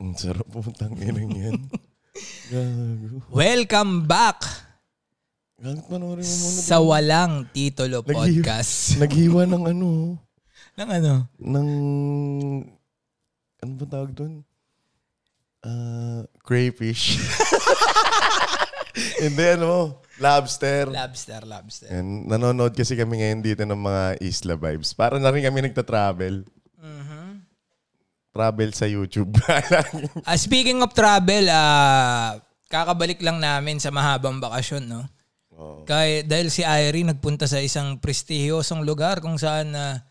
Ang sarap putang inang yan. Gago. Welcome back Gagot panoorin mo muna. sa Walang Titulo Naghihi- Podcast. Naghiwa ng ano, Nang ano? ng... Ano ba tawag doon? Ah, crayfish. Hindi, ano, lobster. Lobster, lobster. And nanonood kasi kami ngayon dito ng mga Isla Vibes. Para na rin kami nagta-travel. Travel sa YouTube. Ah, speaking of travel, ah, kakabalik lang namin sa mahabang bakasyon, no? Oo. Kaya, dahil si Irene nagpunta sa isang prestihiyosong lugar kung saan na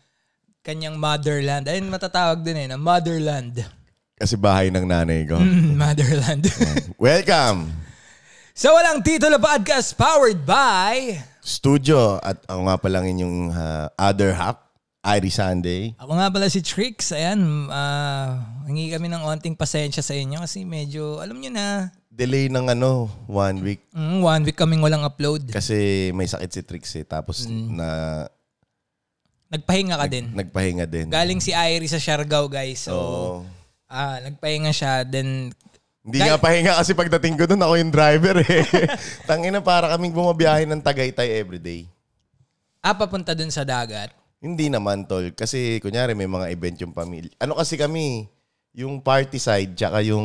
kanyang motherland. Ayun, matatawag din eh, na motherland. kasi bahay ng nanay ko. Mm, motherland. Welcome! sa Walang Titulo Podcast powered by... Studio at ako nga palang inyong ah, other half, Irie Sunday. Ako nga pala si Trix. Ayan, ah, hingi kami ng onting pasensya sa inyo kasi medyo, alam nyo na, Delay ng ano, one week. mm, one week kaming walang upload. Kasi may sakit si Trix eh. Tapos na Nagpahinga ka din. nagpahinga din. Galing si Irie sa Siargao, guys. So, Oo. ah, nagpahinga siya. Then, Hindi nga pahinga kasi pagdating ko doon, ako yung driver eh. Tangina, para kaming bumabiyahe ng Tagaytay everyday. ah, papunta dun sa dagat. Hindi naman, tol. Kasi, kunyari, may mga event yung pamilya. Ano kasi kami, yung party side, tsaka yung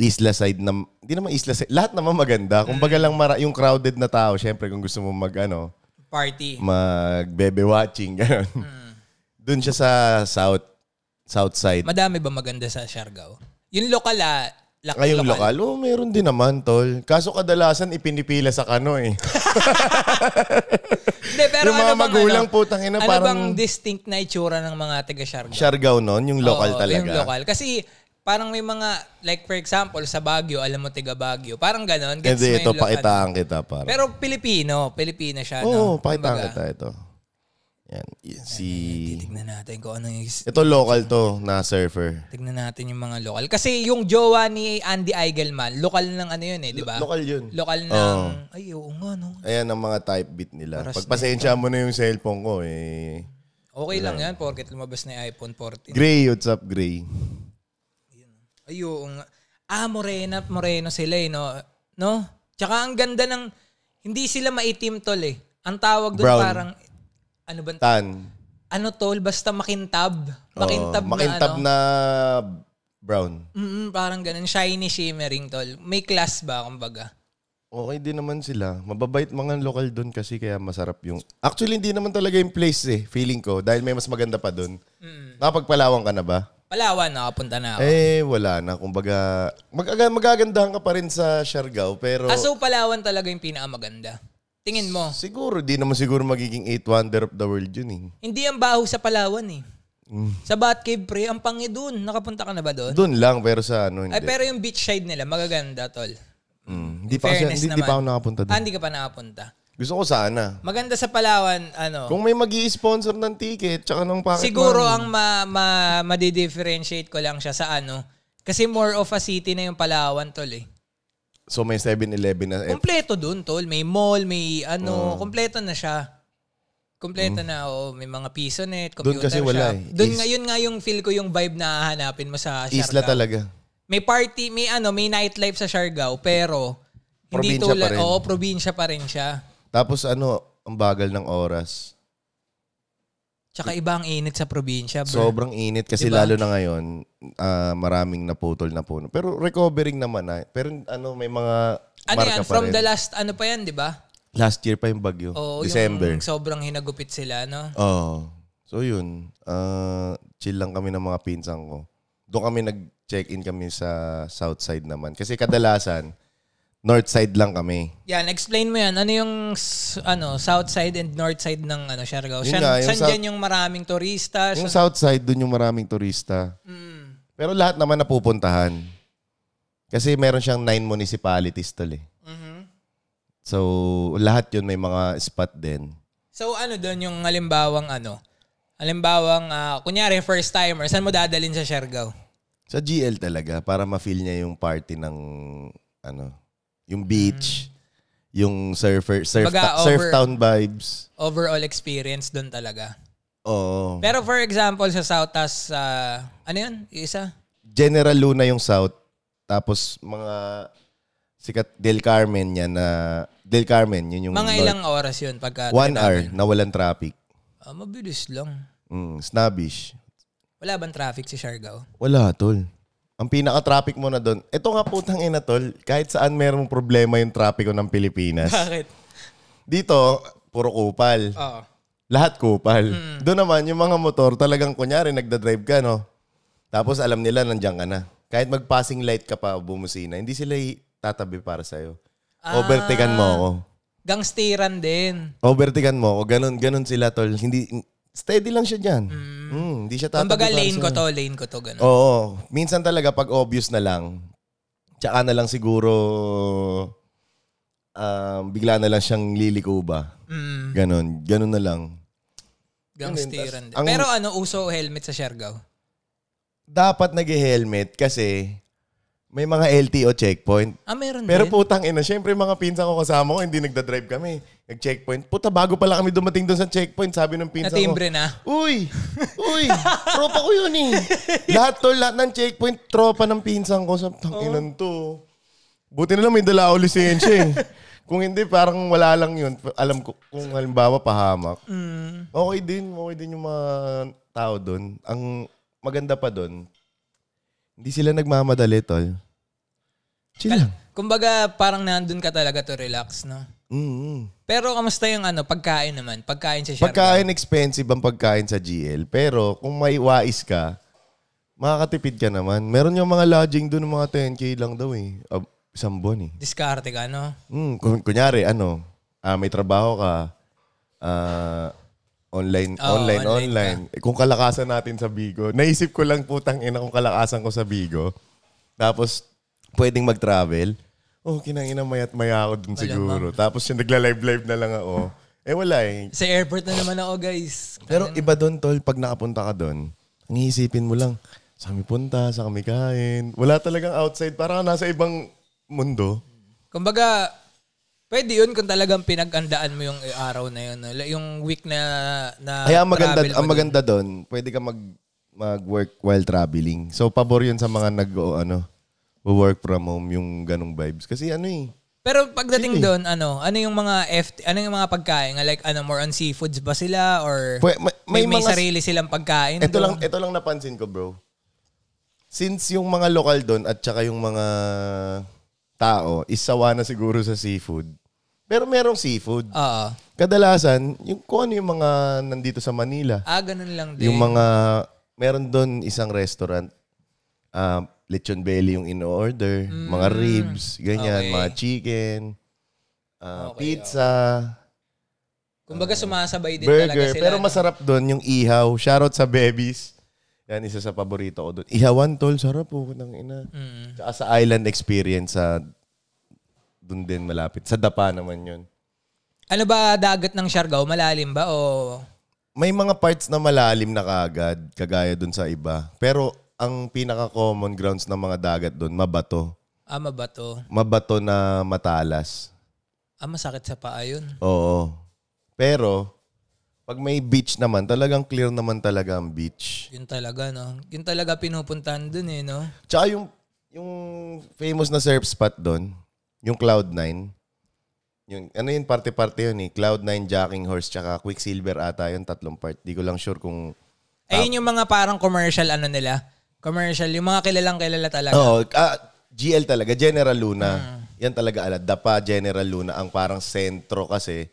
isla side na, hindi naman isla side, lahat naman maganda. Kung Mm. baga lang mara, yung crowded na tao, syempre, kung gusto mo mag, ano, Party. mag bebe watching, gano'n. Mm. Doon siya sa south, south side. Madami ba maganda sa Siargao? Yung lokal ah, lak- Ngayong lokal, oh, meron din naman, tol. Kaso kadalasan, ipinipila sa kano eh. Hindi, pero Yung ano mga bang, magulang, ano, putang ina, ano parang- bang distinct na itsura ng mga taga Siargao? Siargao noon, yung local Oo, talaga. Yung local. Kasi parang may mga, like for example, sa Baguio, alam mo tiga Baguio. Parang ganon. Gets mo Hindi, yung ito, local. pakitaan kita para. Pero Pilipino. Pilipino siya. Oo, no? pakita Ano? Kumbaga, kita ito. Yan. Y- Si... Tignan natin kung ano yung... Ito local to na surfer. Tignan natin yung mga lokal. Kasi yung jowa ni Andy Eigelman, lokal ng ano yun eh, di ba? Local yun. Lokal ng... Oo. Ay, oo nga, no? Ayan ang mga type beat nila. Para Pagpasensya mo na yung cellphone ko eh. Okay lang yan, porket lumabas na yung iPhone 14. Gray, what's up, Gray? Ay, oo nga. Ah, morena, moreno sila eh, no? No? Tsaka ang ganda ng... Hindi sila maitim tol eh. Ang tawag doon Brown. parang... Ano bang Tan. ano tol, basta makintab. Makintab Oo, na makintab ano. na, brown. Mm, parang ganun. Shiny, shimmering tol. May class ba, kumbaga? Okay din naman sila. Mababait mga lokal doon kasi kaya masarap yung... Actually, hindi naman talaga yung place eh, feeling ko. Dahil may mas maganda pa doon. Nakapagpalawang ka na ba? Palawan, nakapunta na ako. Eh, wala na. Kumbaga, mag- magagandahan ka pa rin sa Siargao, pero... Ah, so Palawan talaga yung pinakamaganda. Tingin mo, Siguro, di naman siguro magiging 8 wonder of the world yun eh. hindi ang baho sa Palawan eh. Mm. Sa Batcave, pre, ang pangi dun. Nakapunta ka na ba doon? Doon lang, pero sa ano, hindi. Ay, pero yung beachside nila, magaganda, tol. Mm, Hindi pa, kasi, fairness hindi, hindi pa naman. ako nakapunta Ah, doon. hindi ka pa nakapunta. Gusto ko sana. Maganda sa Palawan, ano, Kung may mag sponsor ng ticket, tsaka ng packet Siguro money. ang ma, ma, madidifferentiate ko lang siya sa ano. Kasi more of a city na yung Palawan, tol eh. So may 7-Eleven na... Eh, Mm. Kompleto dun, tol. May mall, may ano, kompleto na siya. Kompleto na, oo. May mga piso net, Dun computer kasi wala shop. eh. Dun Is- nga, yun nga yung feel ko yung vibe na hahanapin mo sa Siargao. isla talaga. May party, may ano, may nightlife sa Siargao, pero hindi Probinsya pa tulad, rin. oo, probinsya pa rin siya. Tapos ano, ang bagal ng oras. Tsaka iba ang init sa probinsya, bro. Sobrang init kasi Diba? lalo na ngayon, ah, maraming naputol na puno. Pero recovering naman na. Pero ano, may mga ano marka yan, pa from rin. the last, ano pa yan, di ba? Last year pa yung bagyo. Oo, December. yung ano. sobrang hinagupit sila, no? Oo. So yun, ah, chill lang kami ng mga pinsang ko. Doon kami nag-check-in kami sa south side naman. Kasi kadalasan, north side lang kami. Yan, explain mo yan. Ano yung s- ano, south side and north side ng ano, Siargao? Yun Siyan, nga, yung saan south- dyan yung maraming turista? Yung Saan- south side, doon yung maraming turista. Mm. Pero lahat naman napupuntahan. Kasi meron siyang nine municipalities tol eh. Mhm. So, lahat yun may mga spot din. So ano doon yung halimbawang ano? Halimbawang, ah, kunyari, first timer, saan mo dadalin sa Siargao? Sa GL talaga, para ma-feel niya yung party ng, ano, yung beach, yung surfer, surf, ta- Baga surf Mm. over- town vibes. Overall experience doon talaga. Oo. Pero for example, sa South Tas, ah, ano yun? Yung isa? General Luna yung South. Tapos mga sikat Del Carmen yan na Del Carmen yun yung Mga North. ilang oras yun pagka... one hour na walang traffic. Ah, mabilis lang. Mm, snobbish. Wala bang traffic si Siargao? Wala, tol. Ang pinaka-traffic mo na doon. Ito nga putang ina, tol. Kahit saan merong problema yung trapiko ng Pilipinas. Bakit? Dito, puro kupal. Oo. Lahat kupal. Doon naman, yung mga motor, talagang kunyari, nagdadrive ka, no? Tapos alam nila, nandiyan ka na. Kahit mag-passing light ka pa, bumusina, hindi sila i- tatabi para sa'yo. Ah. Overtaken mo ako. Gangsteran din. Overtaken mo ako. Ganun, ganun sila, tol. Hindi, steady lang siya dyan. Mm. hindi siya tatabi Kumbaga para lane ko sa'yo. to, lane ko to, gano'n. Oo. Minsan talaga, pag obvious na lang, tsaka na lang siguro, um, bigla na lang siyang liliko ba. Mm, Ganun. Ganun na lang. gangsteran din. Ang- Pero ano, uso o helmet sa Siargao? dapat nag-helmet kasi may mga LTO checkpoint. Ah, meron Pero din. putang ina, syempre mga pinsan ko kasama ko, hindi nagda-drive kami. Nag-checkpoint. Puta, bago pala kami dumating doon sa checkpoint, sabi ng pinsan ko, Natimbre na. Uy! Uy! tropa ko yun eh. lahat to, lahat ng checkpoint, tropa ng pinsan ko. Sa tanginan to. Buti na lang may dala ako lisensya eh. Kung hindi, parang wala lang yun. Alam ko, kung halimbawa pahamak. Okay din, okay din yung mga tao doon. Ang maganda pa doon, hindi sila nagmamadali, tol. Chill lang. Kumbaga parang nandun ka talaga to relax, no? Mm-hmm. Pero kamusta yung ano, pagkain naman? Pagkain sa Siargao? Pagkain expensive ang pagkain sa GL. Pero kung may wais ka, makakatipid ka naman. Meron yung mga lodging doon, mga 10K lang daw eh. Ah, isang buwan eh. Diskarte ka, no? Mm, kun- kunyari, ano, ah, may trabaho ka, ah, online, Oo, online, online online, Eh, Kung kalakasan natin sa Bigo, naisip ko lang putang ina kung kalakasan ko sa Bigo, tapos pwedeng mag-travel, oh, kinangina maya't maya ako dun siguro. Tapos yung nagla-live-live na lang ako, eh wala eh. Sa airport na naman ako, guys. Pero iba doon, tol, pag nakapunta ka doon, ang iisipin mo lang, sa kami punta, sa kami kain. Wala talagang outside, parang nasa ibang mundo. Kumbaga, pwede yun kung talagang pinagandaan mo yung araw na yun. no? Like, Yung week na, na Kaya ang maganda, Ah, travel mo ang dun. maganda doon, pwede ka mag mag-work while traveling. So pabor 'yun sa mga nag o, ano, work from home yung ganong vibes kasi ano eh. Pero pagdating doon, ano, ano yung mga FT, ano yung mga pagkain? Like, ano, more on seafoods ba sila? Or Pwe- may, may may, may, mga sarili silang pagkain? ito lang doon? ito lang napansin ko, bro. Since yung mga lokal doon at saka yung mga tao, isawa na siguro sa seafood. Pero merong seafood. Oo. Kadalasan, yung kung ano yung mga nandito sa Manila. Ah, ganun lang din. Yung mga, meron doon isang restaurant, ah, lechon belly yung in-order, mga ribs, ganyan, Mm. okay. mga chicken, ah, Okay, pizza, Kumbaga, sumasabay din talaga burger. sila. Pero no? masarap doon yung ihaw. Shoutout sa babies. Yan, isa sa paborito ko doon. Ihawan, tol. Sarap po. Ng ina. Mm. Tsaka sa island experience, sa doon din malapit. Sa Dapa naman yun. Ano ba dagat ng Siargao? Malalim ba o may mga parts na malalim na kaagad, kagaya dun sa iba. Pero ang pinaka-common grounds ng mga dagat dun, mabato. ah, mabato? Mabato na matalas. Ah, masakit sa paa yun. Oo. Pero, pag may beach naman, talagang clear naman talaga ang beach. Yun talaga, no? Yun talaga pinupuntahan dun eh, no? Tsaka yung, yung famous na surf spot dun, yung Cloud9, yung, ano yun, parte-parte yun eh. Cloud9, Jacking Horse, tsaka Quicksilver ata yun, tatlong part. Di ko lang sure kung... Ayun yung mga parang commercial ano nila. Commercial, yung mga kilalang kilala talaga. Oo, ah, GL talaga, General Ah. Luna. Yan talaga ala, Dapa General Luna ang parang sentro kasi.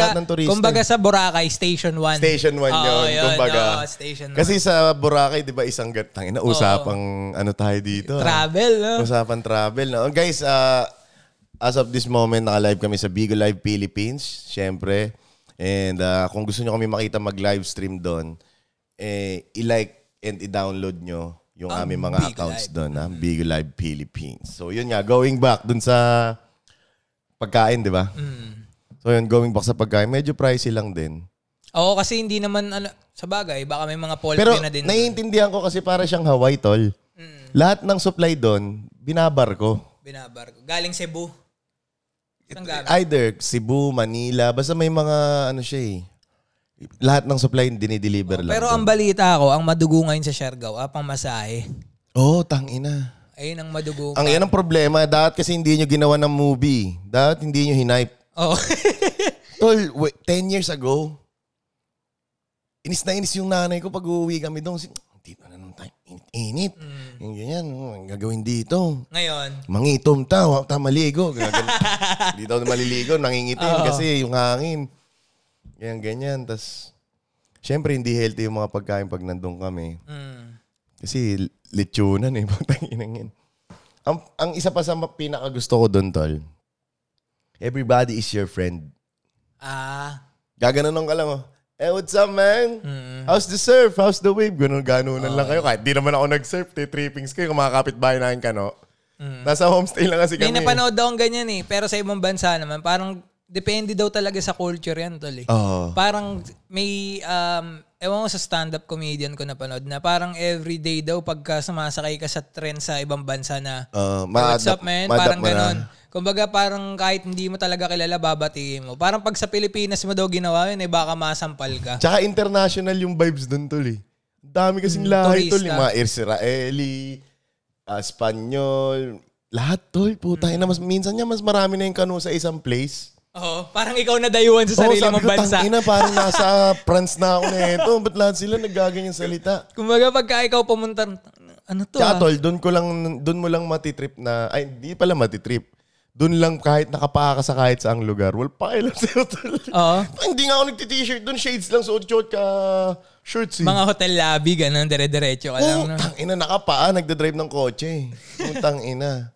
Ang lahat ng turista. kumbaga sa Boracay, Station 1. Station 1 Oo, yun, yun, kumbaga. oo, station Kasi sa Boracay, di ba, isang gatang, na usapang ano tayo dito. ah. Travel, no? Usapan travel. No? Guys, ah, as of this moment, naka-live kami sa Bigo Live Philippines, syempre. And ah, kung gusto nyo kami makita mag-live stream doon, eh, i-like and i-download nyo yung Ang aming mga Bigo accounts Live. doon, ha? Bigo Live Philippines. So yun nga, going back doon sa pagkain, di ba? Mm. So yun, going back sa pagkain, medyo pricey lang din. Oo, kasi hindi naman, ano, sa bagay, baka may mga poultry Pero na din. Mm, naiintindihan ko kasi para siyang Hawaii, tol. Lahat ng supply doon, binabar ko. binabar. Galing Cebu. Saan galing? Either Cebu, Manila, basta may mga ano siya eh. Lahat ng supply dinideliver lang. Pero ang balita ko, ang madugo ngayon sa Siargao, ah, pang masahe. Oo, Oo, oh, tangina. Ayun ang madugo. Ang yan ang problema, dapat kasi hindi nyo ginawa ng movie. Dapat hindi nyo hinipe. Oo. Tol, wait, 10 years ago, inis na inis yung nanay ko pag uuwi kami doon. Sin- Dito na nung time, init, init. Mm. Yung ganyan, oh, ang gagawin dito. Ngayon. Mangitom ta, wag ta maligo. Gagan- Hindi daw maliligo, nangingitim Oo. kasi yung hangin. Ganyan, ganyan. Tapos, syempre hindi healthy yung mga pagkain pag nandun kami. Mm. Kasi lechonan eh, putang inang yan. Ang, ang isa pa sa ma- pinaka gusto ko doon, tol. Everybody is your friend. Ah. Gaganon ka lang, oh. Eh, what's up, man? Mm. How's the surf? How's the wave? Ganun, ganunan lang kayo. Kahit di naman ako nag-surf, te trippings kayo, kung mga kapitbahay namin ka, no? Nasa homestay lang kasi Mm. May kami. napanood daw ang ganyan eh. Pero sa ibang bansa naman, parang depende daw talaga sa culture yan, tol eh. Oo. Parang may, um, ewan ko sa stand-up comedian ko napanood na parang everyday daw pagka sumasakay ka sa trend sa ibang bansa na Uh, What's up, man? Parang ganon. Kumbaga, parang kahit hindi mo talaga kilala, babatiin mo. Parang pag sa Pilipinas mo daw ginawa yun, eh, baka masampal ka. Tsaka international yung vibes doon, tol, eh. Ang Dami kasing lahi, Mm, turista. tol. Yung mga Israeli, ah, Espanyol, lahat, tol. Mm. Puta, na mas, minsan niya mas marami na yung kanu sa isang place. Oo, parang ikaw na dayuhan sa sarili Oo, mong bansa. tangina, parang nasa France na ako na ito. Ba't lahat sila naggaganyan salita? Kumbaga, pagka ikaw pumunta, ano to Tsaka ah? tol, doon ko lang, doon mo lang matitrip na, ay, hindi pala matitrip. Doon lang kahit nakapaka sa kahit saang lugar. Well, pakialam sa'yo tol. Oo. Hindi nga ako nagti-t-shirt doon. Shades lang, suot short ka shirts eh. Mga hotel lobby, ganun, dire-diretso ka lang. Oh, no? tangina, nakapaa, nagdadrive ng kotse. eh. Putang ina.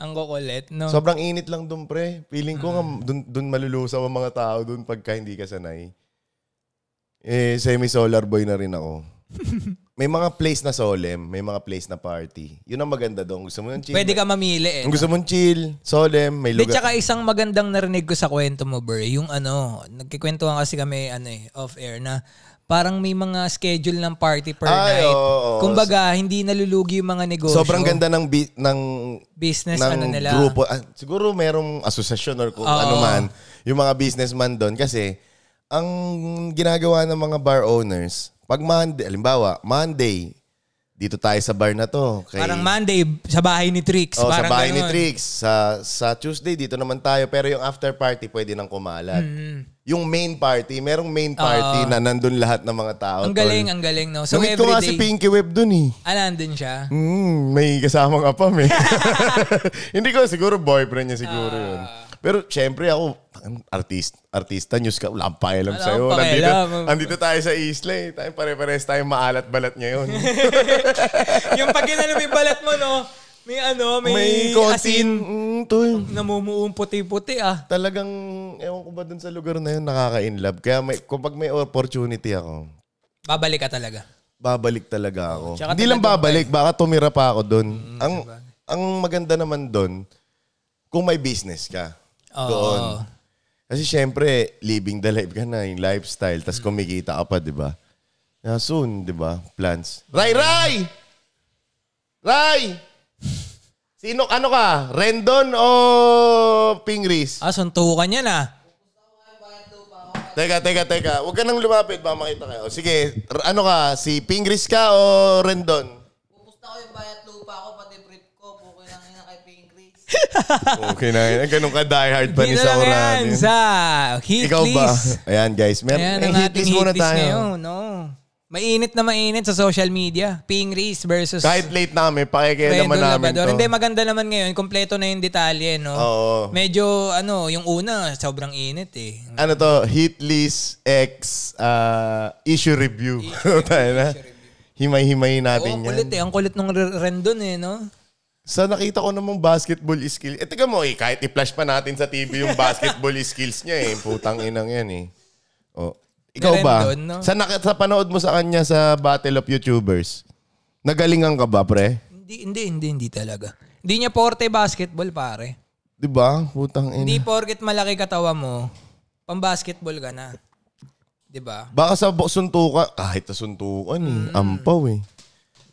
Ang kukulit, no? Sobrang init lang doon, pre. Feeling ko nga doon, doon malulusaw ang mga tao doon pagka hindi ka sanay. Eh, semi-solar boy na rin ako. may mga place na solemn, may mga place na party. Yun ang maganda doon. Gusto mo ng chill. Pwede ka mamili eh. Kung gusto mong chill, solemn, may Di, lugar. tsaka isang magandang narinig ko sa kwento mo, Bur, yung ano, nagkikwentuhan kasi kami ano eh, off-air na parang may mga schedule ng party per Ay, night. oo, oo. Kumbaga, hindi nalulugi yung mga negosyo. Sobrang ganda ng bi- ng Business, ng ano nila. grupo. Ah, siguro merong asosasyon or kung Oo. ano man yung mga businessman doon kasi ang ginagawa ng mga bar owners, pag Monday, alimbawa, Monday, dito tayo sa bar na to. Kay, Parang Monday, sa bahay ni Trix. Oh, sa parang bahay ni ganun. Trix. Sa, sa Tuesday, dito naman tayo. Pero yung after party, pwede nang kumalat. Mm-hmm. Yung main party, merong main party na nandun lahat ng mga tao. Oh, Ang tol. galing, ang galing, no? So, Nungit ko nga si everyday, Pinky Web dun eh. ah, nandun siya. Mm, may kasamang apam eh. Hindi ko, siguro boyfriend niya siguro Ah. yun. Pero syempre ako, ang artist, artista, news ka, wala akong pakialam Wala sa'yo. akong Nandito, pakialam. nandito tayo sa isla eh. Tayo pare-pares tayong maalat-balat ngayon. yung pag ginano may balat mo, no? May ano, may, may asin. konting, mm, tol. Namumuong puti-puti, ah. Talagang, ewan ko ba dun sa lugar na yun, nakaka-inlove. Kaya may, kapag may opportunity ako, Babalik ka talaga. babalik talaga ako. Tsaka Hindi lang talagang- Mm, diba? babalik, baka tumira pa ako doon. ang ang maganda naman doon, kung may business ka. Oo. Doon. Kasi syempre, living the life ka na, yung lifestyle, tapos kumikita ka pa, di ba? Yeah, soon, di ba? Plans. Ray, Ray! Ray! Sino, ano ka? Rendon o Pingris? Ah, suntukan yan, ah. Teka, teka, teka. Huwag ka nang lumapit, baka makita kayo. Sige, r- ano ka? Si Pingris ka o Rendon? Pupusta ko yung bayat lupa ko, pati brief ko, pukoy lang yun kay Pinkris. Okay na yun. Ganun ka diehard pa ni Dito lang yan Saurani. sa hit Ikaw ba? list. Ayan guys, meron Ayan may ang hit ating list muna hit list tayo. ngayon. No. Mainit na mainit sa social media. Ping Reese versus Kahit late na kami, pakikialaman Rendon namin Labrador. to. Hindi, maganda naman ngayon. Kompleto na yung detalye, no? Oo. Medyo, ano, yung una, sobrang init eh. Ano to? Hit list X uh, issue review. Ano tayo na. Himay-himay Oo, ang natin kulit yan. eh. Ang kulit ng Rendon eh, no? Sa nakita ko namang basketball skill. Eh, teka mo eh, kahit i-flash pa natin sa TV yung basketball skills niya eh. Putang inang yan eh. Oh. Ikaw Ni ba? Rendon, no? Sa, nak- sa panood mo sa kanya sa Battle of YouTubers, nagalingan ka ba, pre? Hindi, hindi, hindi, hindi talaga. Hindi niya porte basketball, pare. Di ba? Putang ina. Hindi porket malaki katawa mo, pambasketball ka na. 'Di ba? Baka sa bu- suntukan, kahit sa suntukan eh, Mm. ampaw eh.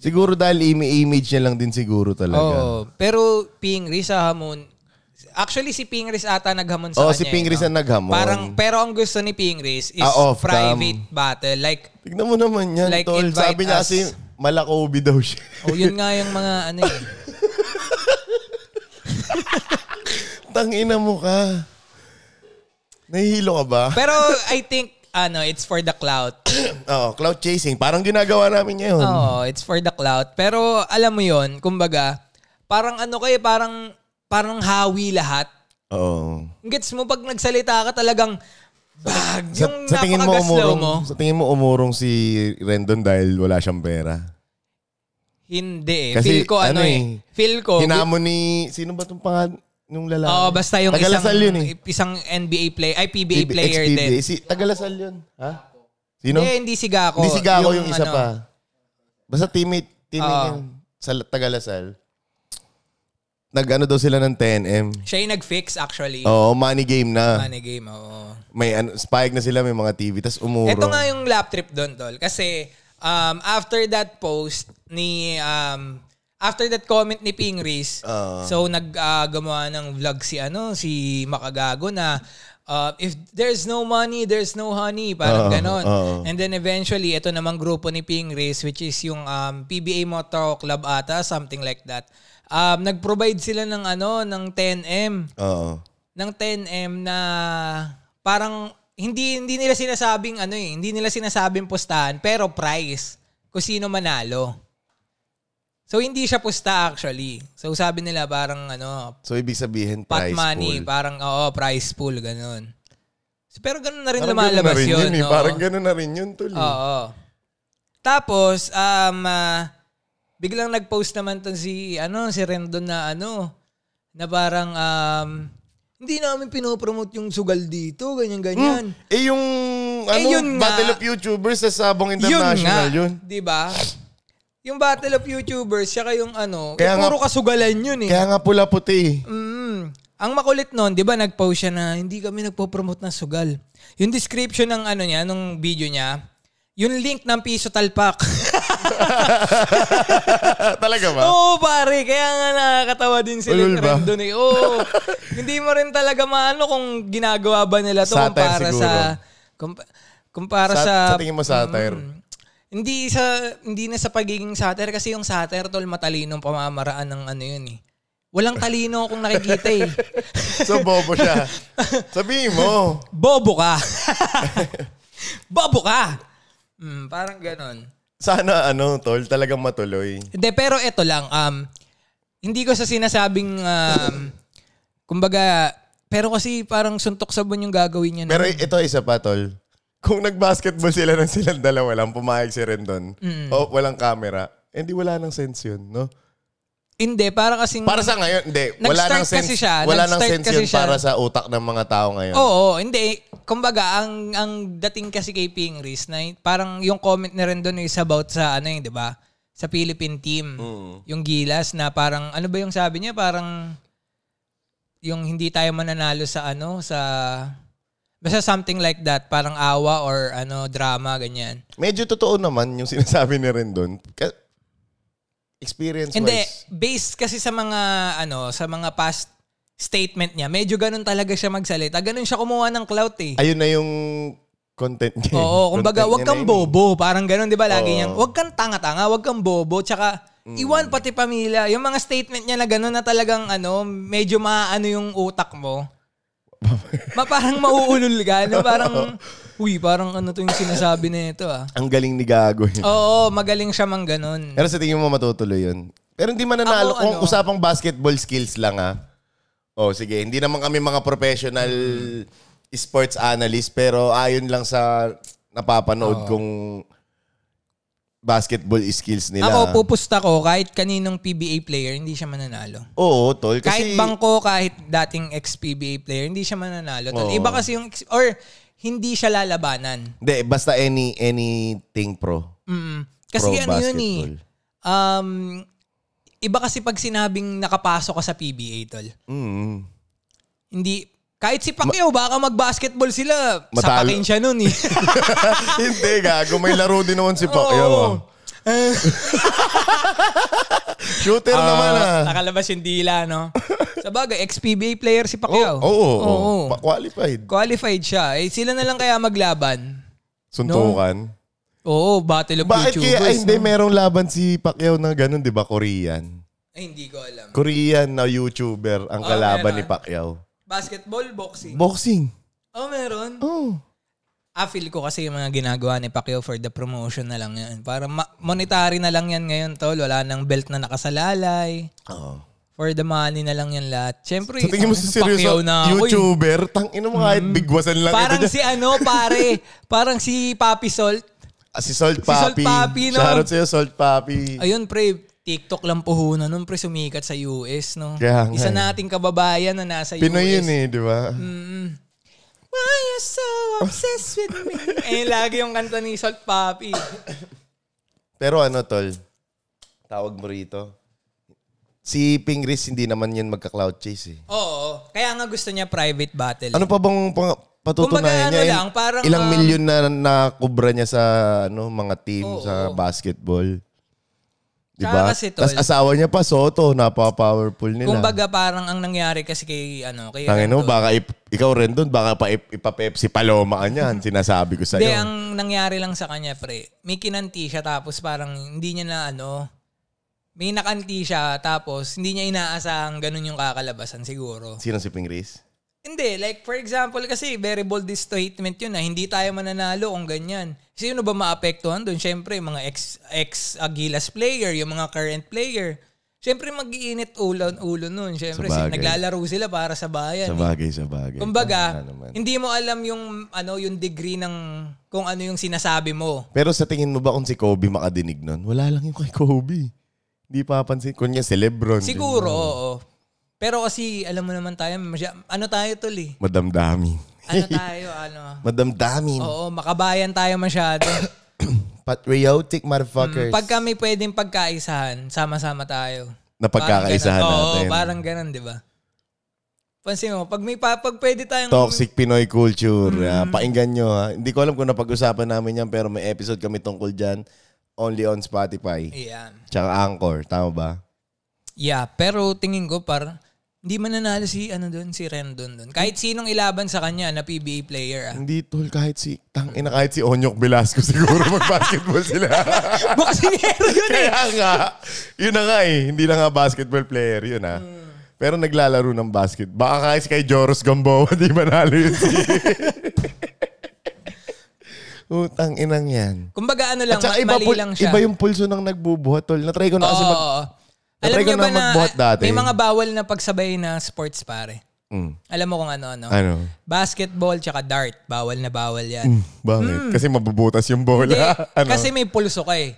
Siguro dahil imi-image niya lang din siguro talaga. Oo. Pero Pingri sa hamon, actually si Pingris ata naghamon sa Oh, kanya. si Pingris eh, no? ang naghamon. Parang, pero ang gusto ni Pingris is Ah, off-cam. private battle. Like, Tignan mo naman yan, Like, tol. invite Sabi niya us. kasi, Malakobi daw siya. O oh, yun nga yung mga ano eh. Tangina mo ka. Nahihilo ka ba? Pero I think ano, it's for the clout. Oo, cloud chasing. Parang ginagawa namin ngayon. Oo, it's for the clout. Pero alam mo yon, kumbaga, parang ano kayo, parang parang hawi lahat. Oo. Gets mo pag nagsalita ka talagang bag, Sa, yung sa tingin mo napakagaslo umurong, mo. sa tingin mo umurong si Rendon dahil wala siyang pera. Hindi eh. Kasi, feel ko ano, ano eh. eh, Feel ko. Hinamon ni sino ba tong pangalan nung lalaki? Oo, basta yung isang, Tagalasal yun eh. isang NBA player, ay PBA player din. ex-PBA. Si Tagalasal yun. Ha? Sino? Hindi, hindi si Gako. Hindi si Gago yung, isa ano, Ah. pa. Basta teammate, teammate Oo. yun sa Tagalasal. Nag-ano daw sila ng 10M. Siya yung nag-fix actually. Oo, money game na. Money game, oo. May ano, spike na sila, may mga TV, tas umuro. Ito nga yung lap trip doon, tol. Kasi um, after that post ni... Um, after that comment ni Ping Reese, Ah. so nag-gumawa ng vlog si ano si Makagago na uh, if there's no money, there's no honey. Parang Ah, ganon. ah. And then eventually, ito namang grupo ni Ping Reese, which is yung um, PBA Motor Club ata, something like that. Um, nag-provide sila ng ano, ng 10M Oo. ng 10M na parang hindi hindi nila sinasabing ano eh, hindi nila sinasabing pustahan pero prize kung sino manalo. So hindi siya pusta actually. So sabi nila parang ano, So, ibig sabihin, pot prize money, pool. parang oo, prize pool ganun. So, pero ganun na rin Parang ganun lumalabas na rin yun. eh. oo. Ah. Parang ganun na rin yun, tol. eh. Oo. Tapos, um, ah, biglang nag-post naman to si, ano, si Rendon na ano, na parang, um, hindi namin pinopromote yung sugal dito, ganyan-ganyan. Eh, yung ano, yun nga. Battle of YouTubers sa Sabong International yun. Di ba? Yung battle of YouTubers, saka yung ano, Kaya eh, nga- puro kasugalan yun eh. Kaya nga pula puti. Mm. Ang makulit nun, 'di ba, nag-post siya na hindi kami nagpo-promote ng sugal. Yung description ng ano niya, nung video niya, yung link ng piso talpak. Talaga ba? Oo, pare. Kaya nga nakakatawa din sila Ulul yung Diba? ba? doon eh. Oo. Hindi mo rin talaga maano kung ginagawa ba nila to Satire kumpara siguro. sa... kumpa- Kumpara Sa, sa... Mm. sa tingin mo satire. Hindi sa hindi na sa pagiging satire kasi yung satire tol matalinong pamamaraan ng ano yun eh. Walang talino kung nakikita eh. so, bobo siya. Sabihin mo. Bobo ka. Bobo ka. Mm, parang ganon. Sana ano, tol, talagang matuloy. Hindi, pero ito lang. Um, hindi ko sa sinasabing, um, kumbaga, pero kasi parang suntok sabon yung gagawin niya. na- Pero ito isa pa, tol. Kung nag-basketball sila ng silang dalawa lang, pumayag si Rendon. Mm. O walang camera. Hindi wala nang sense yun, no? hindi, para kasing... Para sa ngayon, hindi. Wala Mm. Nag-start nang sense. kasi siya. Wala nang Nag-start sense kasi yun siya. Oh. para sa utak ng mga tao ngayon. Oo, hindi. Kumbaga, ang, ang dating kasi kay Ping Riz, na parang yung comment na rin doon is about sa ano yun, di ba? Sa Philippine team. Yung Gilas na parang, ano ba yung sabi niya? Parang yung hindi tayo mananalo sa ano, sa... Basta something like that. Parang awa or ano, drama, ganyan. Medyo totoo naman yung sinasabi ni Rendon. Ka- experience Hindi, wise. based kasi sa mga ano, sa mga past statement niya, medyo ganun talaga siya magsalita. Ganun siya kumuha ng clout eh. Ayun na yung content niya. Oo, kumbaga, Content wag niya kang na yun. bobo. Parang ganun, di ba? eh. Oo. Mm. Lagi niyang, wag kang tanga-tanga, wag kang bobo. Tsaka, iwan pati pamilya. Yung mga statement niya na ganun na talagang, ano, medyo maano yung utak mo. Ma, parang mauulol ka. No? Parang, uy, parang ano to yung sinasabi na ito ah. Ang galing ni Gago yun. Oo, magaling siya mang ganun. Pero sa tingin mo matutuloy yun. Pero hindi mananalo Ako, kung ano? usapang basketball skills lang ha. Oh, sige, hindi naman kami mga professional sports analyst pero ayon lang sa napapanood kong basketball skills nila. Ako, pupusta ko, kahit kaninong PBA player, hindi siya mananalo. Oo, tol. kahit Kasi, bangko, kahit dating ex-PBA player, hindi siya mananalo. Tol. Oo. Iba kasi yung, ex- or hindi siya lalabanan. Hindi, basta any anything pro. Mm. Kasi Pro ano yun eh. basketball. Um, iba kasi pag sinabing nakapasok ka sa PBA, tol. Mm. Hindi, kahit si Pacquiao, baka mag-basketball sila. Matalo. Sapakin siya nun eh. hindi, gago. May laro din naman si Pacquiao. Oo. ah. Shooter naman ah. Nakalabas yung dila, no? Sa bagay, ex-PBA player si Oo, Pacquiao. Oh, oo, oo. Oo. Pa- Qualified. Qualified siya. Eh, sila na lang kaya maglaban. Suntukan. Oo, Battle of Bakit YouTubers. kaya ay, hindi no? merong laban si Pacquiao na ganun, di ba? Korean. Ay, hindi ko alam. Korean na YouTuber ang Oh, kalaban meron. ni Pacquiao. Basketball, boxing. Boxing. oh, meron. Oh. Ah, feel ko kasi yung mga ginagawa ni Pacquiao for the promotion na lang yan. Para ma- monetary na lang yan ngayon, tol. Wala nang belt na nakasalalay. Oo. For the money na lang yan lahat. Siyempre, ah, Sa tingin mo si seryoso ano, Pacquiao na ako eh. Mm. YouTuber, tangin mo kahit bigwasan lang Parang ito dyan. si ano, pare. parang si Papi Salt. Ah, si Salt si Salt Papi. Papi, no? Shoutout sa'yo, Salt Papi. Ayun, pre. TikTok lang puhunan nun, pre. Sumikat sa US, no? Kaya nga Isa eh. nating kababayan na nasa Pinoy US. yun eh, di ba? Mm. Why you so obsessed with me? Ayun, lagi yung kanta ni Salt Papi. Pero ano, tol? Tawag mo rito. Si Pingris, hindi naman yun magka-cloud chase eh. Oo. Kaya nga gusto niya private battle. Ano pa bang pang- patutunayan Kumbaga, ano niya? lang, parang, ilang ah, milyon na nakubra niya sa ano mga team Oo, sa oo. basketball. Di Tsaka ba? kasi, tol- Tapos asawa niya pa, Soto, napa-powerful nila. Kumbaga parang ang nangyari kasi kay ano, kay Tangin mo, Rendon. baka ip- ikaw rin doon, baka pa ip- ipapepsi paloma ka niyan, sinasabi ko Hindi, sa'yo. ang nangyari lang sa kanya, pre, may kinanti siya tapos parang hindi niya na ano, may nakanti siya tapos hindi niya inaasahang ganun yung kakalabasan siguro. Sino si Pingris? Hindi, like for example kasi very bold this statement yun na hindi tayo mananalo kung ganyan. Sino ba maapektuhan doon? Siyempre, mga ex, ex Aguilas player, yung mga current player. Siyempre, mag-iinit ulo, ulo nun. Siyempre, si- Sabagay. naglalaro sila para sa bayan. Sabagay, sabagay. Kumbaga, Tama naman. hindi mo alam yung ano yung degree ng kung ano yung sinasabi mo. Pero sa tingin mo ba kung si Kobe makadinig nun? Wala lang yung kay Kobe. Hindi papansin. Kunya si Lebron. Siguro, oo. Pero kasi alam mo naman tayo, masya- ano tayo tol eh? Madam Dami. Ano tayo, ano? Madam Dami. Oo, makabayan tayo masyado. Patriotic motherfuckers. Mm, Pagka may pwedeng pagkaisahan, sama-sama tayo. na pagkakaisahan Parang ganun. natin. Oo, parang ganun, di ba? Pansin mo, pag may pa, pag pwede tayong Toxic Pinoy culture. Mm. Ah, pakinggan nyo ha. Hindi ko alam kung napag-usapan namin yan pero may episode kami tungkol dyan. Only on Spotify. Yeah. Tsaka Anchor. Tama ba? Yeah, pero tingin ko par hindi mananalo si ano doon si Rendon doon. Kahit sinong ilaban sa kanya na PBA player ah. Hindi tol. Kahit si... Tang, ina, kahit si Onyok Velasco siguro mag-basketball sila. Boksingero yun eh. Kaya nga. Yun na nga eh. Hindi na nga basketball player. Yun ah. Pero naglalaro ng basket. Baka kahit si kay Joros Gamboa, di manalo yun si... Utang inang yan. Kumbaga ano lang, At saka ma- iba, mali pul- lang siya. iba yung pulso ng nagbubuhat, tol. Natry ko na kasi Oo, mag... oo. Alam na-try ko niyo ba na na magbuhat dati. may mga bawal na pagsabay na sports pare? Mm. Alam mo kung ano-ano? Ano? Basketball tsaka dart, bawal na bawal yan. Mm. Bakit? Kasi mabubutas yung bola. Hmm. Hindi, ano? Kasi may pulso ka eh.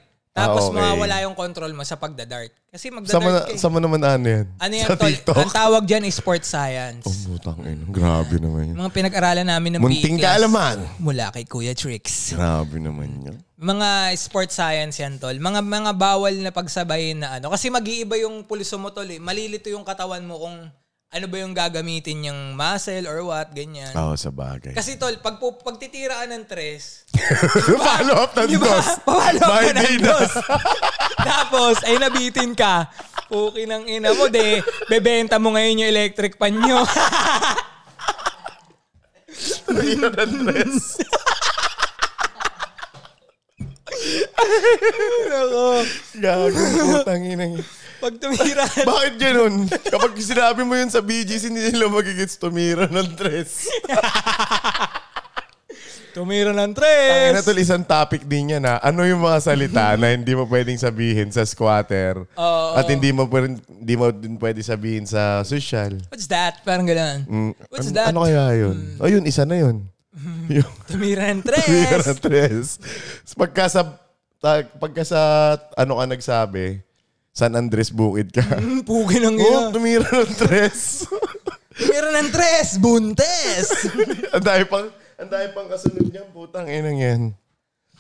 Ah, Tapos okay. mawawala yung control mo sa pagda-dart. Kasi sama, na, magda-dart ka eh. sama naman ano yan? Ano yan, Sa tol? TikTok? Oh. Ang tawag dyan is sports science. Putang ina. Grabe naman yun. Mga pinag-aralan namin ng Munting PE class. kaalaman. Mula kay Kuya Tricks. Grabe naman yun. Mga sports science yan, tol. Mga mga bawal na pagsabayin na ano. Kasi mag-iiba yung pulso mo, tol. Eh. Malilito yung katawan mo kung ano ba yung gagamitin yung muscle or what, ganyan. Oo, sa bagay. Kasi, tol, pag, pu- pagtitira ka ng tres, Follow up ng Di ba? dos. Pawalo ka By ng day na. dos. Tapos, ay nabitin ka. Puki ng ina mo, de. Bebenta mo ngayon yung electric pan nyo. Yun ang dress. Gago, putang ina. yun. Pag tumira ka Bakit ganun? Kapag sinabi mo yun sa BGC, hindi nila magigits tumira ng dress. Tumira ng Ang tres. ina tol, isang topic din yan ha. Ano yung mga salita na hindi mo pwedeng sabihin sa squatter Oo. at hindi mo, pwedeng, hindi mo din pwede sabihin sa social? What's that? Parang ganun. Mm, What's an- that? Hmm. Ano kaya yun? Ayun, isa na yun. Yung Tumira ng clear na tres. tres. Pagka sa, ta- pagka sa ano ka nagsabi, San Andres Bukid ka. Mm, Puki ng Oh, ina. tumira ng tres. Tumira ng tres. Buntes. ang dami pang, ang dami pang kasunod niyan, putang inang yan.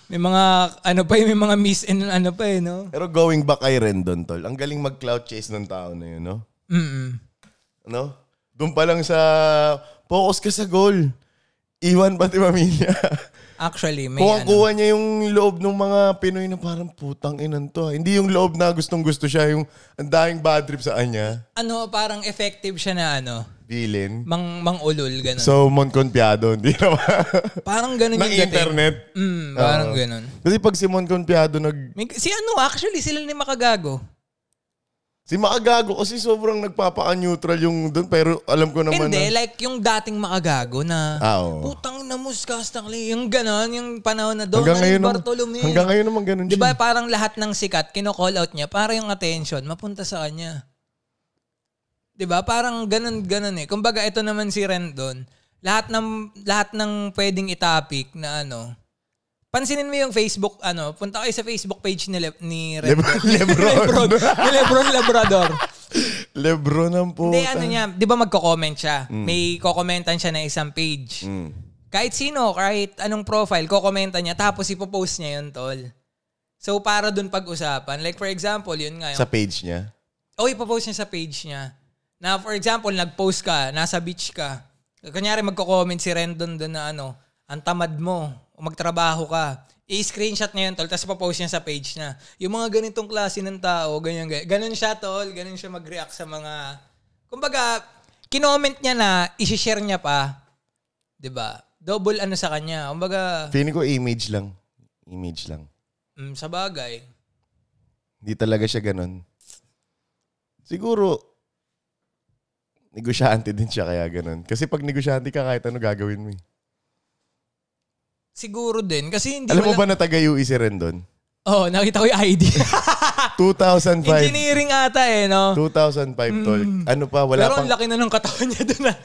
may mga, ano pa eh, may mga miss and ano pa eh, no? Pero going back kay Rendon, tol, ang galing mag-cloud chase ng tao na yun, no? Mm-mm. Ano? Doon pa lang sa focus ka sa goal. Iwan pati pamilya. Actually, may ano. Kuha-kuha niya yung loob ng mga Pinoy na parang putang inan to. ah." Hindi yung loob na gustong gusto siya, yung ang daing bad trip sa kanya. Ano, parang effective siya na ano. Bilin. Mang, mang ulol, ganun. So, Monconfiado, hindi naman. parang ganun Ng yung dating. internet. Mm, parang Oo. ganun. Kasi pag si Monconfiado nag... May, si ano, actually, sila ni Makagago. Si Makagago kasi sobrang nagpapaka-neutral yung doon. Pero alam ko naman Hindi, na... like yung dating Makagago na Ah, oo. putang na muskas takli. Yung ganun, yung panahon na Hanggang Donald ngayon, naman- Bartolome. hanggang ngayon naman ganun Di ba siya. parang lahat ng sikat, kino-call out niya para yung attention mapunta sa kanya. Di ba? Parang ganun-ganun eh. Kumbaga ito naman si Rendon, lahat ng lahat ng pwedeng itapik na ano. Pansinin mo yung Facebook ano, punta kayo sa Facebook page ni, Le- ni Rendon. Lebron. Lebron. Lebron. ni Lebron Labrador. Lebron ang po. Hindi, ano niya, di ba magko-comment siya? May kokomentan siya na isang page. Kahit sino, kahit anong profile, kokomentan niya, tapos ipopost niya yun, tol. So, para dun pag-usapan. Like, for example, yun nga. Yung, Sa page niya. oh, ipopost niya sa page niya. Na, for example, nag-post ka, nasa beach ka. Kunyari, magko-comment si Rendon dun na ano, ang tamad mo, o magtrabaho ka. I-screenshot niya yun, tol, tapos ipopost niya sa page niya. Yung mga ganitong klase ng tao, ganyan, ganyan. Ganun siya, tol. Ganun siya mag-react sa mga... Kumbaga, kinoment niya na, isishare niya pa. 'Di ba? Double ano sa kanya. Kumbaga, Feeling ko image lang. Image lang. mm, sa bagay. Hindi talaga siya ganun. Siguro, negosyante din siya kaya ganun. Kasi pag negosyante ka, kahit ano gagawin mo eh. Siguro din. Kasi hindi Alam mo ba na wala- taga-UE si Rendon? Oo, oh, nakita ko yung ID. 2005. Engineering ata eh, no? 2005, tol. Ano pa, wala Mm. Pero pang, ang laki na ng katawan niya doon. ah.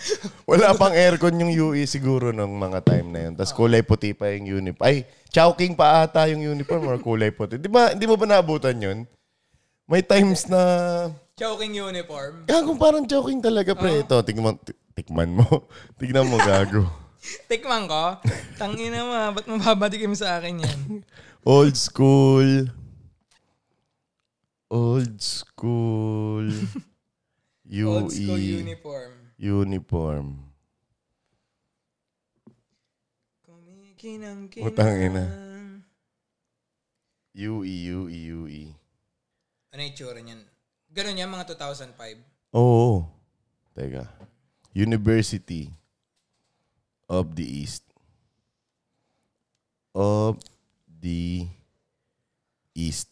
wala pang aircon yung UE siguro nung mga time na yun. Ah. Tapos kulay puti pa yung uniform. Ay, chowking pa ata yung uniform or kulay puti. Di ba, di mo ba naabutan yun? May times na, Choking uniform. gago parang chowking talaga, Ah. pre. Ito, tikman, tikman mo. Tignan mo, gago. Tikman ko. Tangina mo, ah, ba't mababatikim sa akin yan? Old school. Old school. UE. Old school uniform. uniform. Kumikinang Putang ina. UE, UE, UE. Ano yung tsura niyan? Ganun yan, mga 2005. Oo. Teka. University of the East. Of the East.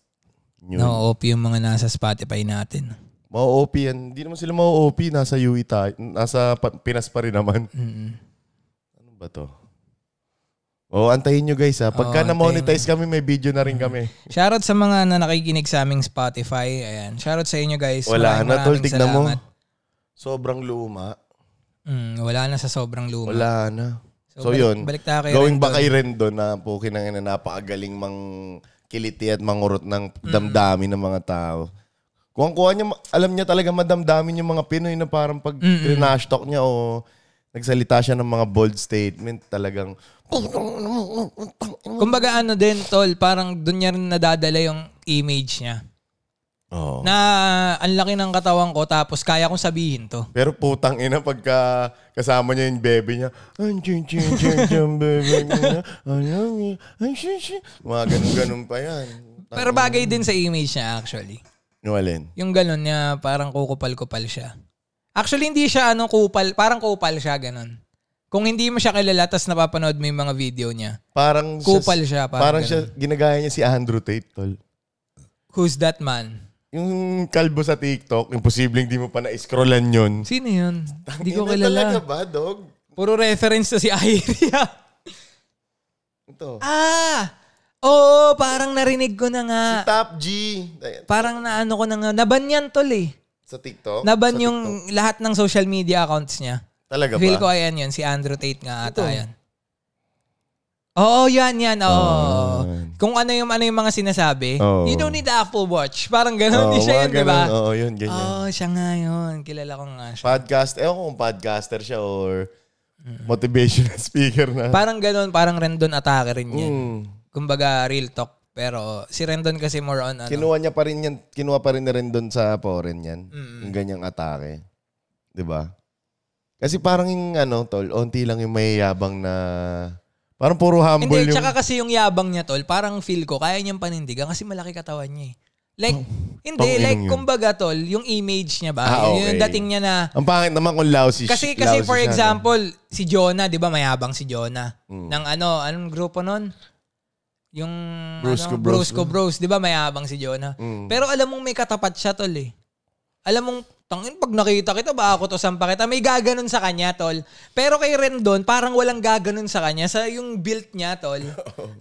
Yun. Na-OP yung mga nasa Spotify natin. Mau-OP yan. Hindi naman sila mau-OP. Nasa UE tayo. Nasa pa- Pinas pa rin naman. Ano ba to? Oh, antayin nyo guys ha. Pagka Oo, na-monetize kami, may video na rin kami. Shoutout sa mga na nakikinig sa aming Spotify. Ayan. Shoutout sa inyo guys. Wala Maraming na tol. maraming Tignan mo. salamat. Sobrang luma. Mm, wala na sa sobrang luma. Wala na. So, Ah. So, balik- yun, balik tayo kay going Rendon. back kay Rendon na po kinangin na napakagaling mang kiliti at mangurot ng Mm. damdamin ng mga tao. Kung ang kuha niya, ma- alam niya talaga madamdamin yung mga Pinoy na parang pag trinash talk niya o nagsalita siya ng mga bold statement, talagang Kumbaga ano din, tol, parang doon niya rin nadadala yung image niya. Oo. Na ang laki ng katawan ko tapos kaya kong sabihin to. Pero putang ina pagka kasama niya yung bebe niya. Ang chin chin chin chin bebe niya. Ayaw niya. Ay, shin, shin. Mga ganun-ganun pa yan. Pero bagay din sa image niya actually. Nualin. Yung ganun niya, parang kukupal-kupal siya. Actually, hindi siya ano, kupal. Parang kupal siya, ganun. Kung hindi mo siya kilala, tas napapanood mo yung mga video niya. Parang Kupal siya, Parang, parang siya, ginagaya niya si Andrew Tate, tol. Who's that man? Yung kalbo sa TikTok, imposibleng di mo pa na-scrollan yun. Sino yun? Hindi ko Ina, Talaga kilala. ba, dog? Puro reference to si Airia. Ito. ah! Oo, parang narinig ko na nga. Si Top G. Ay, Parang naano ko na nga. Naban yan, tol eh. Sa TikTok? Oh, Naban Sa yung TikTok. lahat ng social media accounts niya. Talaga ba? Feel ko ayan yun. Si Andrew Tate nga ata yan. Oo, yan, yan. Oo. Kung ano yung, ano yung mga sinasabi, Oo. you don't need the Apple Watch. Parang gano'n. Oo, Oh, siya mga yun, di ba? ganun. Oo, yun, ganyan. Oo, siya nga yun. Kilala ko nga siya. Podcast. Ewan ko kung podcaster siya or motivational speaker na. Parang gano'n, parang Rendon atake rin yan. Hmm. Kumbaga, real talk. Pero si Rendon kasi more on ano. Kinuha niya pa rin yan. Kinuha pa rin na rin doon sa foreign yan. Yung ganyang atake. 'Di ba? Kasi parang yung ano, tol, onti lang yung mayayabang na... Parang puro humble Hindi, yung... tsaka kasi yung yabang niya, tol, parang feel ko, kaya niyang panindigan kasi malaki katawan niya eh. Like, hindi, Pang-inong like, yun. kumbaga, tol, yung image niya ba? Ah, Yun Yung okay. dating niya na, Ang pangit naman kung lousy kasi, siya- kasi lousy for siya, no? example, si Jonah, di ba, mayabang si Jonah. Ng ano, anong grupo nun? Yung, Brusco ano, Bros. Brusco Bros. Di ba, mayabang si Jonah. Pero alam mong may katapat siya, tol, eh. Alam mong, tangin, pag nakita kita, ba ako to sampa kita? May gaganon sa kanya, tol. Pero kay Rendon, parang walang gaganon sa kanya. Sa yung built niya, tol.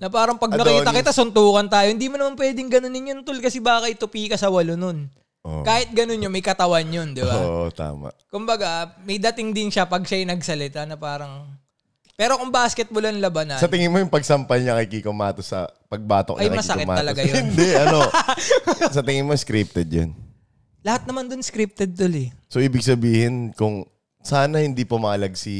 na parang pag nakita Adonis. kita, suntukan tayo. Hindi mo naman pwedeng ganunin yun, tol. Kasi baka itupi ka sa walo nun. Oo. Kahit ganun yun, may katawan yun, di ba? Oo, tama. Kumbaga, may dating din siya pag siya'y nagsalita na parang... Pero kung basketball ang labanan, Sa tingin mo yung pagsampal niya kay Kiko Matos sa pagbatok niya Ay, kay masakit Kiko Matos? talaga yun. Hindi, ano. sa tingin mo scripted yun. lahat naman dun scripted tol eh. So, ibig sabihin, kung sana hindi pumalag si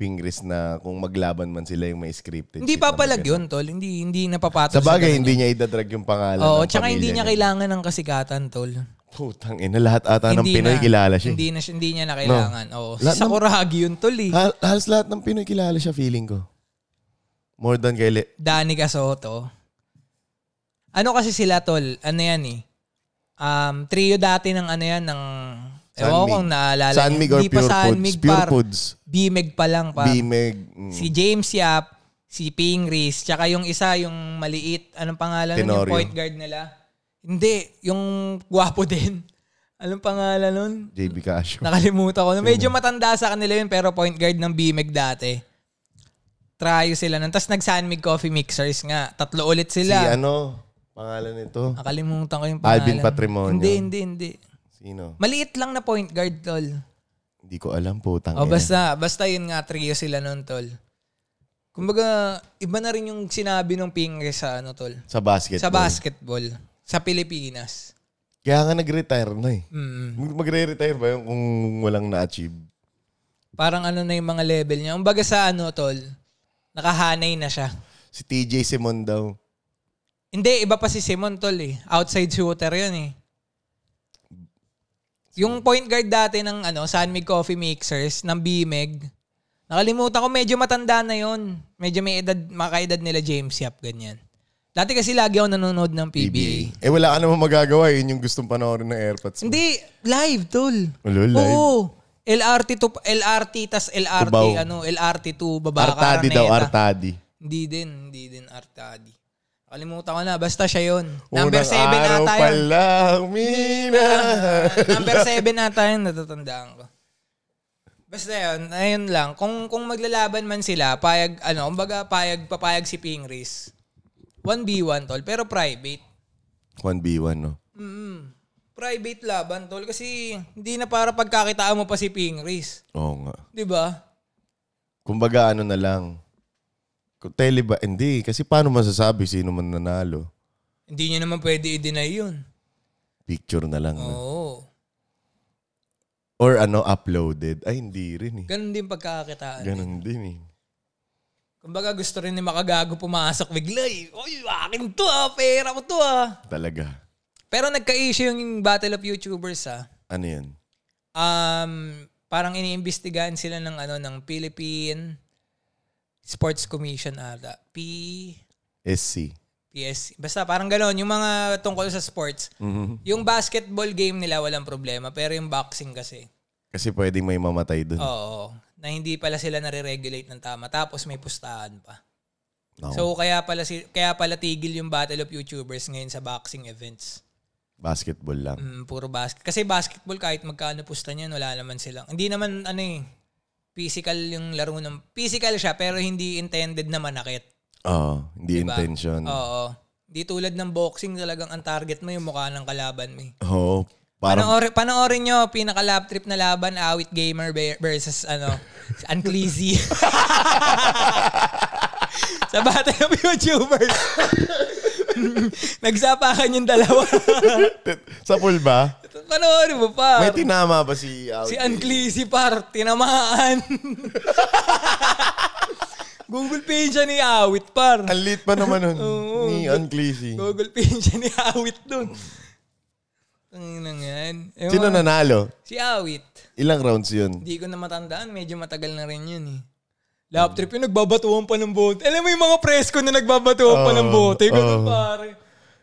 Pingris na kung maglaban man sila yung may scripted. shit Hindi na papalag maganda. yun, tol. Hindi, hindi Sa napapatol. bagay, ganun hindi yun. niya idadrag yung pangalan ng Oo, tsaka pamilya hindi niya kailangan ng kasikatan, tol. Putang ina, lahat ata ng hindi Pinoy na, kilala siya. eh. Hindi, na, siya- hindi niya na kailangan. Oo. Lahat Sa ng- Kuragi yun, tol eh. Hal- halos lahat ng Pinoy kilala siya, feeling ko. More than kay Le- Danny Casoto. Ano kasi sila, tol? Ano yan eh? Um, trio dati ng ano yan, ng... Ewan ko Sanmig. kung naalala. niyo. Sanmig or Hindi pa Pure Foods. Sanmig, Pure par. Foods. Bimeg pa lang, par. Bimeg. mm, Si James Yap, si Pingris, tsaka yung isa, yung maliit, anong pangalan nun? Yung Tenorio. point guard nila. Hindi, yung gwapo din. Anong pangalan nun? JB Casio. Nakalimutan ko. na. Medyo matanda sa kanila yun, pero point guard ng BMEG dati. Tryo sila nun. Tapos nag-Sanmig Coffee Mixers nga. Tatlo ulit Si sila. ano, pangalan nito? Nakalimutan ko yung pangalan. Alvin Patrimonio. Hindi, hindi, hindi. Sino? Maliit lang na point guard, tol. Hindi ko alam po. O Oh, basta, basta yun nga, trio sila nun, tol. Kumbaga, iba na rin yung sinabi ng Pingre sa ano, tol. Sa basketball. Sa basketball. Sa Pilipinas. Kaya nga nag-retire na eh. Mm. Mag- Magre-retire ba yun kung walang na-achieve? Parang ano na yung mga level niya. Kumbaga sa ano, tol, nakahanay na siya. Si TJ Simon daw. Hindi, iba pa si Simon, tol eh. Outside shooter yun eh. Yung point guard dati ng ano, Sanmig Coffee Mixers, ng BMEG, nakalimutan ko, medyo matanda na yun. Medyo may edad, makaedad nila James Yap, ganyan. Dati kasi lagi ako nanonood ng PBA. PBA. Eh wala ka naman magagawa. Yun yung gustong panoorin ng airpods. mo. Hindi, live, tol. Ulo, live? Oo. LRT to LRT tas LRT Tubaw. ano LRT to baba Artadi Araneta. daw, Artadi. Hindi din, hindi din Artadi. Kalimutan ko na, basta siya yon. Unang Number 7 araw ata yun. pala, humina. Number 7 ata yun, natatandaan ko. Basta yun, ayun lang. Kung kung maglalaban man sila, payag ano, kumbaga payag papayag si Pingris. 1v1 tol, pero private. 1v1, no? Mm. Private laban tol kasi hindi na para pagkakitaan mo pa si Pingris. Oo nga. Di ba? Kumbaga ano na lang. Kung tele ba? Hindi. Kasi paano masasabi sino man nanalo? Hindi niya naman pwede i-deny yun. Picture na lang. no? Oo. Or ano, uploaded. Ay, hindi rin eh. Ganun din pagkakakitaan. Ganun din eh. Kumbaga gusto rin ni makagago pumasok bigla eh. Uy, akin to ah. Pera ko to ah. Talaga. Pero nagka-issue yung Battle of YouTubers ah. Ano yan? Um, parang iniimbestigahan sila ng ano ng Philippine Sports Commission ata. P SC. PS. Basta parang gano'n. Yung mga tungkol sa sports. Mm-hmm. Yung basketball game nila walang problema. Pero yung boxing kasi. Kasi pwedeng may mamatay dun. Oo. Na hindi pala sila nare-regulate ng tama. Tapos may pustahan pa. Nako, So kaya pala si kaya pala tigil yung Battle of YouTubers ngayon sa boxing events. basketball lang. Mm, puro basket. Kasi basketball kahit magkano pusta niyan, wala naman silang. Hindi naman ano eh physical yung laro ng physical siya pero hindi intended na manakit. Oo. hindi intention. Oo. Diba? Oo. Hindi tulad ng boxing talagang ang target mo yung mukha ng kalaban mo. eh. parang Panoori- panoorin nyo, pinaka lap trip na laban, Awit Gamer be- versus ano, Uncleasy. sa battle of YouTubers. Nagsapakan yung dalawa. sa pool ba? Panoorin mo pa. May tinama ba si Audi? Ah. Si Uncleasy par, tinamaan. Google Page siya ni Awit par. Ang lit pa naman nun. ni Uncleasy. Google Page siya ni Awit dun. Tanginang yan. Ewan- Sino nanalo? Si Awit. Ilang rounds yun? Hindi ko na matandaan. Medyo matagal na rin yun eh. Lap trip yun, nagbabatuhan pa ng bote. Alam mo yung mga presko na nagbabatuhan pa ng bote. Ganun pare.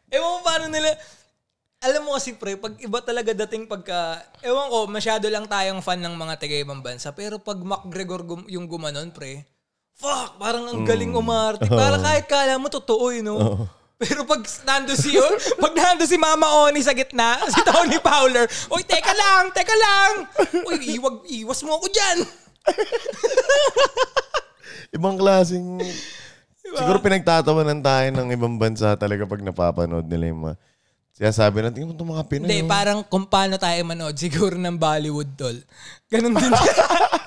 Ewan ko paano nila. alam mo kasi pre, pag iba talaga dating pagka, ewan ko, masyado lang tayong fan ng mga taga-ibang bansa. Pero pag MacGregor gum- yung gumanon pre, fuck, parang ang galing umarte. Parang kahit kala mo totoo, you know? Pero pag nando si, pag nando si Mama Oni sa gitna, si Tony Fowler, Uy, teka lang, teka lang! Uy, iwag, iwas mo ako dyan! Ibang klaseng... Siguro pinagtatawanan tayo ng ibang bansa talaga pag napapanood nila yung mga... Sinasabi natin, tingnan mo itong mga Pinay. Hindi, oh." parang kung paano tayo manood siguro ng Bollywood, tol. Ganun din.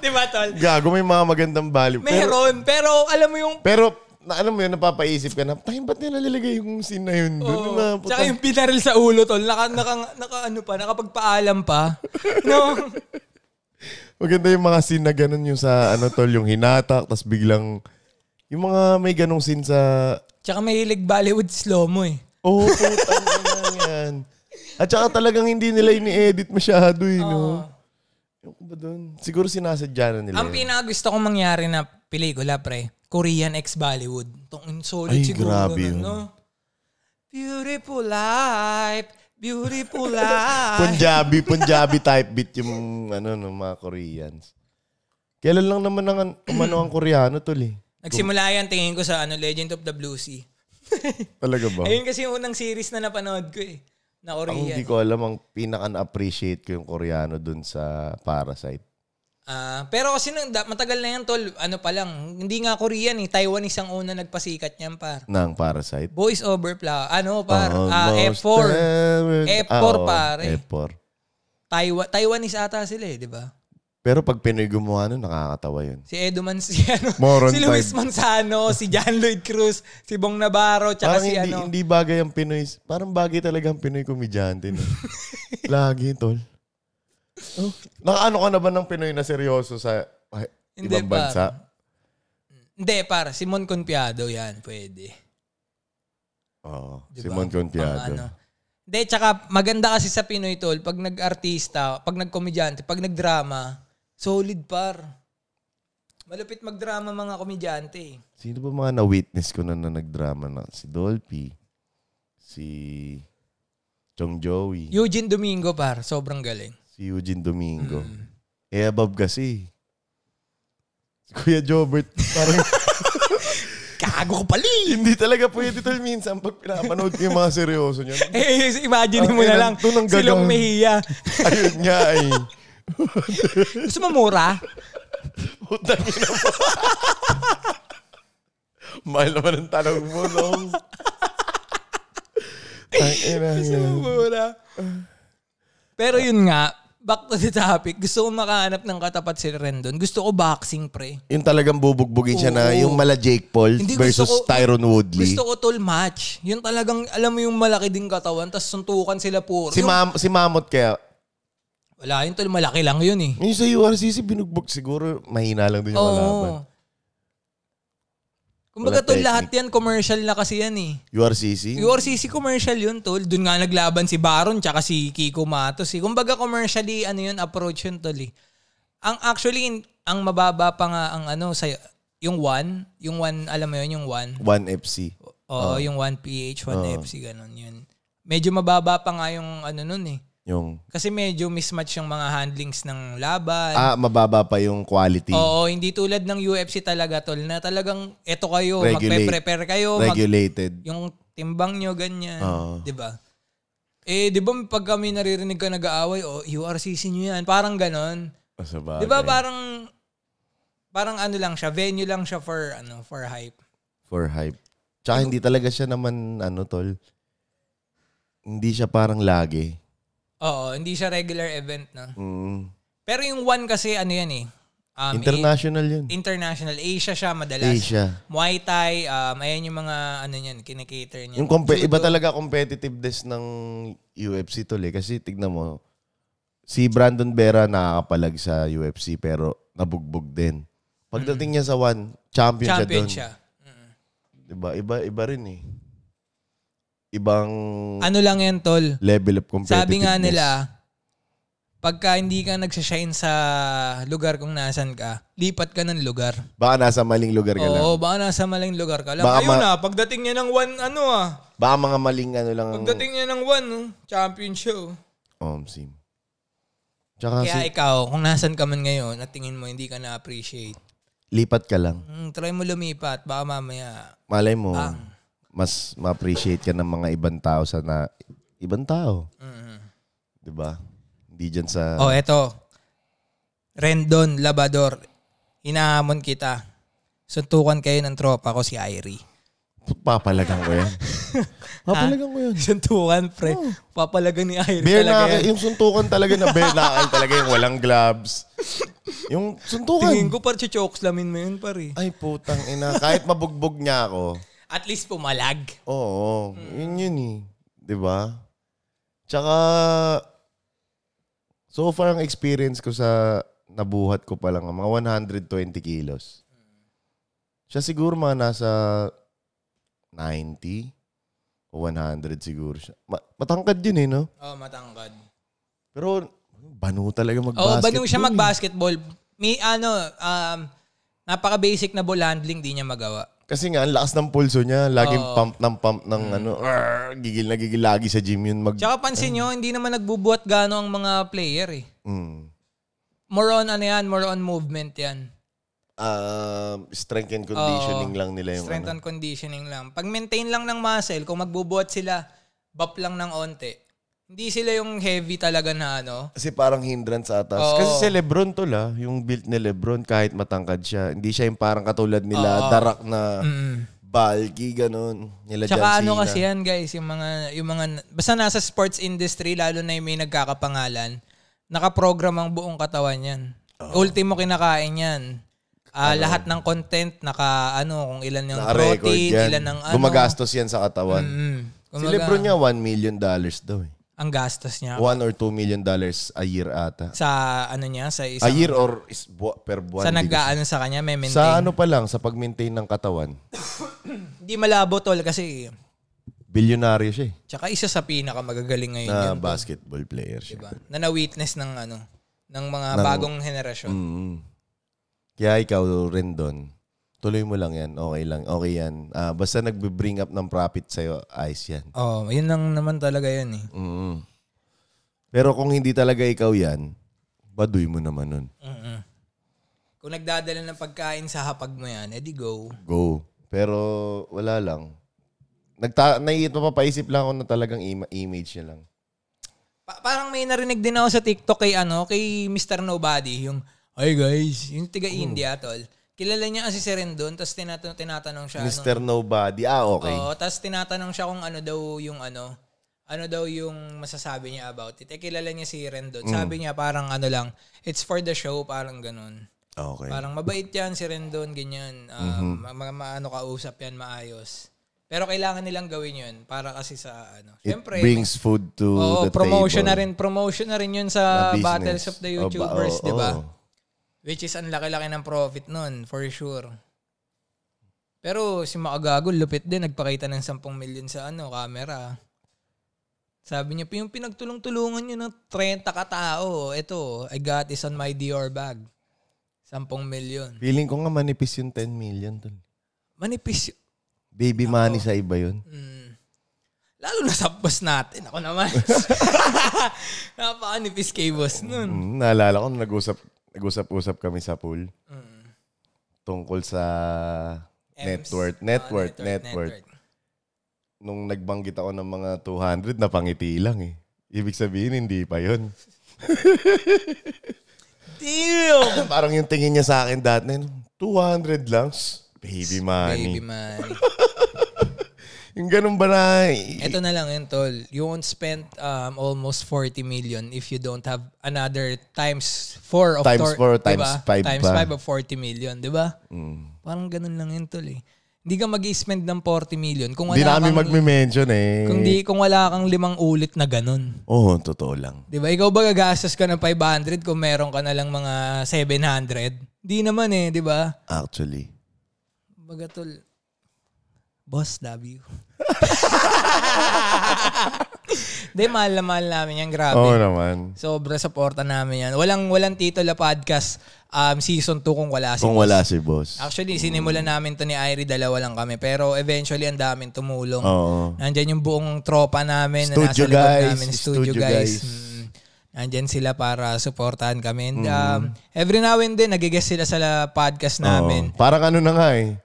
Di ba, tol? Gago, may mga magandang value. Pero, Meron, pero alam mo yung pero na, alam mo yun, napapaisip ka na, tayo ba't nila nilagay yung scene na yun doon? Yung mga Oh, puta- tsaka yung pinaril sa ulo, tol. Naka, naka, naka, ano pa, nakapagpaalam pa. No? Maganda yung mga scene na ganun yung sa, ano tol, yung hinatak, tapos biglang, yung mga may ganong scene sa, Tsaka may hilig Bollywood slow-mo eh. oh, putang ina yan. At saka talagang hindi nila ini-edit masyado eh, no? Yung ba dun? Siguro sinasadya na nila. Ang yun. pinakagusto kong mangyari na pelikula, pre, Korean ex Bollywood. Tong Ay, insolid siguro. grabe yun. ganun, No? Beautiful life, beautiful life. Punjabi, Punjabi type beat yung, ano, no, mga Koreans. Kailan lang naman ang, umano ang Koreano, tol eh. Nagsimula yan, tingin ko sa ano, Legend of the Blue Sea. Talaga ba? Ayun kasi yung unang series na napanood ko eh. Na Ang hindi Korean. ko alam, ang pinaka-appreciate ko yung Koreano dun sa Parasite. Ah, pero kasi nung, da- matagal na yan, tol, ano pa lang, hindi nga Korean eh, Taiwanese ang una nagpasikat niyan, par. Nang Parasite. Boys over flower. Ano, par? Oh, Ah, most F4. ever- F4, Ah, oo, pare. F4. Taiwa- Taiwanese ata sila eh, di ba? Pero pag Pinoy gumawa nun, nakakatawa yun. Si Edo Man, si, ano, Moron si Luis time. Manzano, si John Lloyd Cruz, si Bong Navarro, tsaka Parang si hindi, ano. hindi bagay ang Pinoy. Parang bagay talaga ang Pinoy komedyante. No? Lagi, tol. Oh, nakaano ka na ba ng Pinoy na seryoso sa ay, Hindi, ibang bansa? Hindi, par. Si Mon Confiado yan, pwede. Oo. Diba? Oh, Si Mon Confiado. Ang ano. Hindi, tsaka maganda kasi sa Pinoy tol, pag nag-artista, pag nag-komedyante, pag nag-drama, solid par. Malupit magdrama mga komedyante. eh. Sino ba mga na-witness ko na na nagdrama na? Si Dolphy. Si Chong Joey. Eugene Domingo par, sobrang galing. si Eugene Domingo. Mm. Eh, above kasi. Si Kuya Jobert, parang Kago ko pali! hindi talaga pwede tol minsan pag pinapanood ko yung mga seryoso niya. Eh, imagine mo na Ang ilan lang, to ng si Long gagawin? Mejia. Ayun nga eh. ay. Gusto mo mura? Putang ina mo. Mahal naman ang tanong mo, Long. Ang ina yan. mura. Pero yun nga, back to the topic, gusto ko makahanap ng katapat si Rendon. Gusto ko boxing, pre. Yung talagang bubugbugin siya na yung mala Jake Paul Hindi, gusto versus ko- Tyron Woodley. Gusto ko tol match. Yun talagang, alam mo yung malaki ding katawan, tas suntukan sila puro. si, Yung- Mam si Mamot kaya, Wala yun tol, malaki lang yun eh. yung sa URCC binugbog siguro mahina lang din yung kalaban. Oo. Kumbaga Walang tol, technique. lahat yan commercial na kasi yan eh. URCC? URCC commercial yun tol. Doon nga naglaban si Baron tsaka si Kiko Matos eh. Kumbaga commercially, ano yun, approach yun tol eh. Ang actually, ang mababa pa nga ang ano, sa, yung one, yung one, alam mo yun, yung one. 1FC. Oo, yung 1PH, 1FC, ganun yun. Medyo mababa pa nga yung ano nun eh. Yung, Kasi medyo mismatch yung mga handlings ng laban. ah, mababa pa yung quality. Oo, hindi tulad ng UFC talaga, tol, na talagang eto kayo, Regulate. magpe-prepare kayo, mag- regulated. yung timbang nyo, ganyan. Oo. 'Di ba? Eh, di ba pag kami naririnig ka nag-aaway, oh, URCC nyo yan. Parang ganon. Sa bagay. Di ba parang, parang ano lang siya, venue lang siya for, ano, for hype. For hype. Tsaka hindi talaga siya naman, ano, tol. Hindi siya parang lagi. Oo, hindi siya regular event, no? Mm. Pero yung one kasi ano yan eh. Um, International yun. A- international. Asia siya madalas. Asia. Muay Thai, um, ayan yung mga ano yan, kinikater niya. Yung compe- iba talaga competitiveness ng UFC, tol, eh. Kasi tignan mo, si Brandon Vera nakakapalag sa UFC pero nabugbog din. Pagdating niya sa one, champion, Champion siya doon. siya. Diba? Iba, iba rin eh. Ibang Ano lang yan, tol? level of competitiveness. Sabi nga nila, pagka hindi ka nagsashine sa lugar kung nasan ka, lipat ka ng lugar. Baka nasa maling lugar ka lang. Oo, baka nasa maling lugar ka lang. Baka Ayun ma- na, pagdating niya ng one, ano ah. Baka mga maling ano lang. ang- Pagdating niya ng one, oh, champion show. Um, sim. Tsaka Kaya si- ikaw, kung nasan ka man ngayon at tingin mo hindi ka na-appreciate, lipat ka lang. mm, try mo lumipat. Baka mamaya, Malay mo, Ah. mas ma-appreciate ka ng mga ibang tao sa na... Ibang tao. Mm-hmm. Di ba? Hindi dyan sa... Oh, eto. Rendon Labador. Hinahamon kita. Suntukan kayo ng tropa ko si Irie. Papalagan ko yan. Papalagan ko yun. Suntukan, pre. Papalagan ni Irie Bare talaga knuckle. yan. Yung suntukan talaga na bare knuckle talaga yung walang gloves. Yung suntukan. Tingin ko par chichokslamin mo yun, pare. Ay, putang ina. Kahit mabugbog niya ako, At least pumalag. oo, yun yun eh. 'Di ba? Tsaka, so far ang experience ko sa nabuhat ko pa lang, mga 120 kilos. Siya siguro mga nasa 90 o 100 siguro siya. Ma- matangkad yun eh, no? Oh, matangkad. Pero, banu talaga Oo, mag-basketball. oh, banong siya eh. mag-basketball. May ano, um, napaka-basic na ball handling di niya magawa. Kasi nga, ang lakas ng pulso niya. Laging Oo. Mm. pump ng pump ng ano. "Arr!" gigil na gigil lagi sa gym yun. Mag, Tsaka pansin nyo, hindi naman nagbubuhat gano ang mga player eh. Mm. More on ano yan, more on movement yan. Um, strength and conditioning Oo. lang nila yung Strength ano. and conditioning lang. Pag maintain lang ng muscle, kung magbubuhat sila, bap lang ng onte. Hindi sila yung heavy talaga na ano. Kasi parang hindrance atas. Oo. Kasi si Lebron to la, yung built ni Lebron, kahit matangkad siya, hindi siya yung parang katulad nila, darak na bulky, ganun. Nila John Tsaka ano Cena. kasi yan guys, yung mga, yung mga, basta nasa sports industry, lalo na yung may nagkakapangalan, nakaprogram ang buong katawan yan. Ultimo kinakain yan. Ah, lahat ng content, naka ano, kung ilan yung Ano? Naka-record protein, Ah, yan. ilan ng ano. Gumagastos yan sa katawan. Mm. Si Kumbaga, Lebron niya, 1 million dollars daw eh. Ang gastos niya. 1 or 2 million dollars a year ata. Sa ano niya, sa A isang, year or is, bu- per buwan. sa hindi ko nag-ano sa kanya, may maintain. Sa ano pa lang, sa pag-maintain ng katawan, Hindi malabo tol kasi bilyonaryo siya eh. tsaka isa sa pinakamagagaling ngayon Na yun, basketball player siya. diba? Na na-witness ng ano ng mga bagong henerasyon. Mm. Kaya ikaw rin doon, tuloy mo lang yan. Okay lang. Okay yan. Ah, basta nagbe-bring up ng profit sa'yo, ayos yan. Oh, yun lang naman talaga yun eh. Mm. Pero kung hindi talaga ikaw yan, baduy mo naman nun. Mm-mm. Kung nagdadala ng pagkain sa hapag mo yan, edi go. Go. Pero wala lang. Nagta naiit mapapaisip lang ako na talagang ima- image niya lang. Pa- parang may narinig din ako sa TikTok kay ano, kay Mr. Nobody, yung Hi guys, yung tiga Mm. India tol. Kilala niya kasi si Rendon, tapos tinatanong, tinatanong siya ano, Mr. Nobody. Ah, okay. Oo, tapos tinatanong siya kung ano daw yung ano, ano daw yung masasabi niya about it. Eh, kilala niya si Rendon. Mm. Sabi niya parang ano lang, it's for the show, parang ganun. Okay. Mhm. Parang mabait yan si Rendon, ganyan. Um, ma- ma- maano kausap yan, maayos. Pero kailangan nilang gawin yun para kasi sa ano. It Siyempre, brings food to oo, the promotion table. na rin. Promotion na rin yun sa business. battles of Oh, the ba- YouTubers, oh, di ba? oh. Which is ang laki-laki ng profit nun, for sure. Pero si Makagago, lupit din. Nagpakita ng 10 million sa ano, camera. Sabi niya, yung pinagtulong-tulungan niyo ng 30 katao, ito, I got this on my Dior bag. 10 million. Feeling ko nga manipis yung 10 million. Tol. Manipis. yun. Baby money sa iba yun. Mm. Lalo na sa boss natin. Ako naman. Napakanipis kay boss nun. Mm, naalala ko, nung nag-usap, nag-usap-usap kami sa pool Mm. tungkol sa net Ems. worth. Ah, Net worth, net net worth. worth. Nung nagbanggit ako ng mga 200, napangiti lang eh. Ibig sabihin, hindi pa yun. Damn! Parang yung tingin niya sa akin dati, 200 lang? Shh, Baby money. Baby man. Yung ganun ba na? Ito na lang yun, tol. You won't spend um, almost 40 million if you don't have another times 4 of diba? Times four, times five Mm. times pa. 5 of 40 million, di ba? Parang ganun lang yun, tol. Eh. Hindi ka mag spend ng 40 million kung wala Hindi na kami kang, magme-mention eh. kung, di, kung wala kang limang ulit na ganun. Oo, totoo lang. Di ba? Ikaw ba gagastos ka ng 500 kung meron ka na lang mga 700? Di naman eh, di ba? Actually. Baga, tol. Boss, W. Hindi, mahal na mahal namin yan. Grabe. Oo naman. Sobra suporta namin yan. Walang walang tito la podcast um, season 2 kung wala si Kung wala si boss. Actually, sinimulan namin to ni Irie, dalawa lang kami. Pero eventually, ang daming tumulong. Oo. Nandyan yung buong tropa namin na nasa Studio likod guys, namin. Studio, studio guys. guys. Mm. Nandyan sila para supportahan kami. And, um, every now and then, nagigest sila sa la- podcast Mm. namin. Oo. Parang ano na nga eh.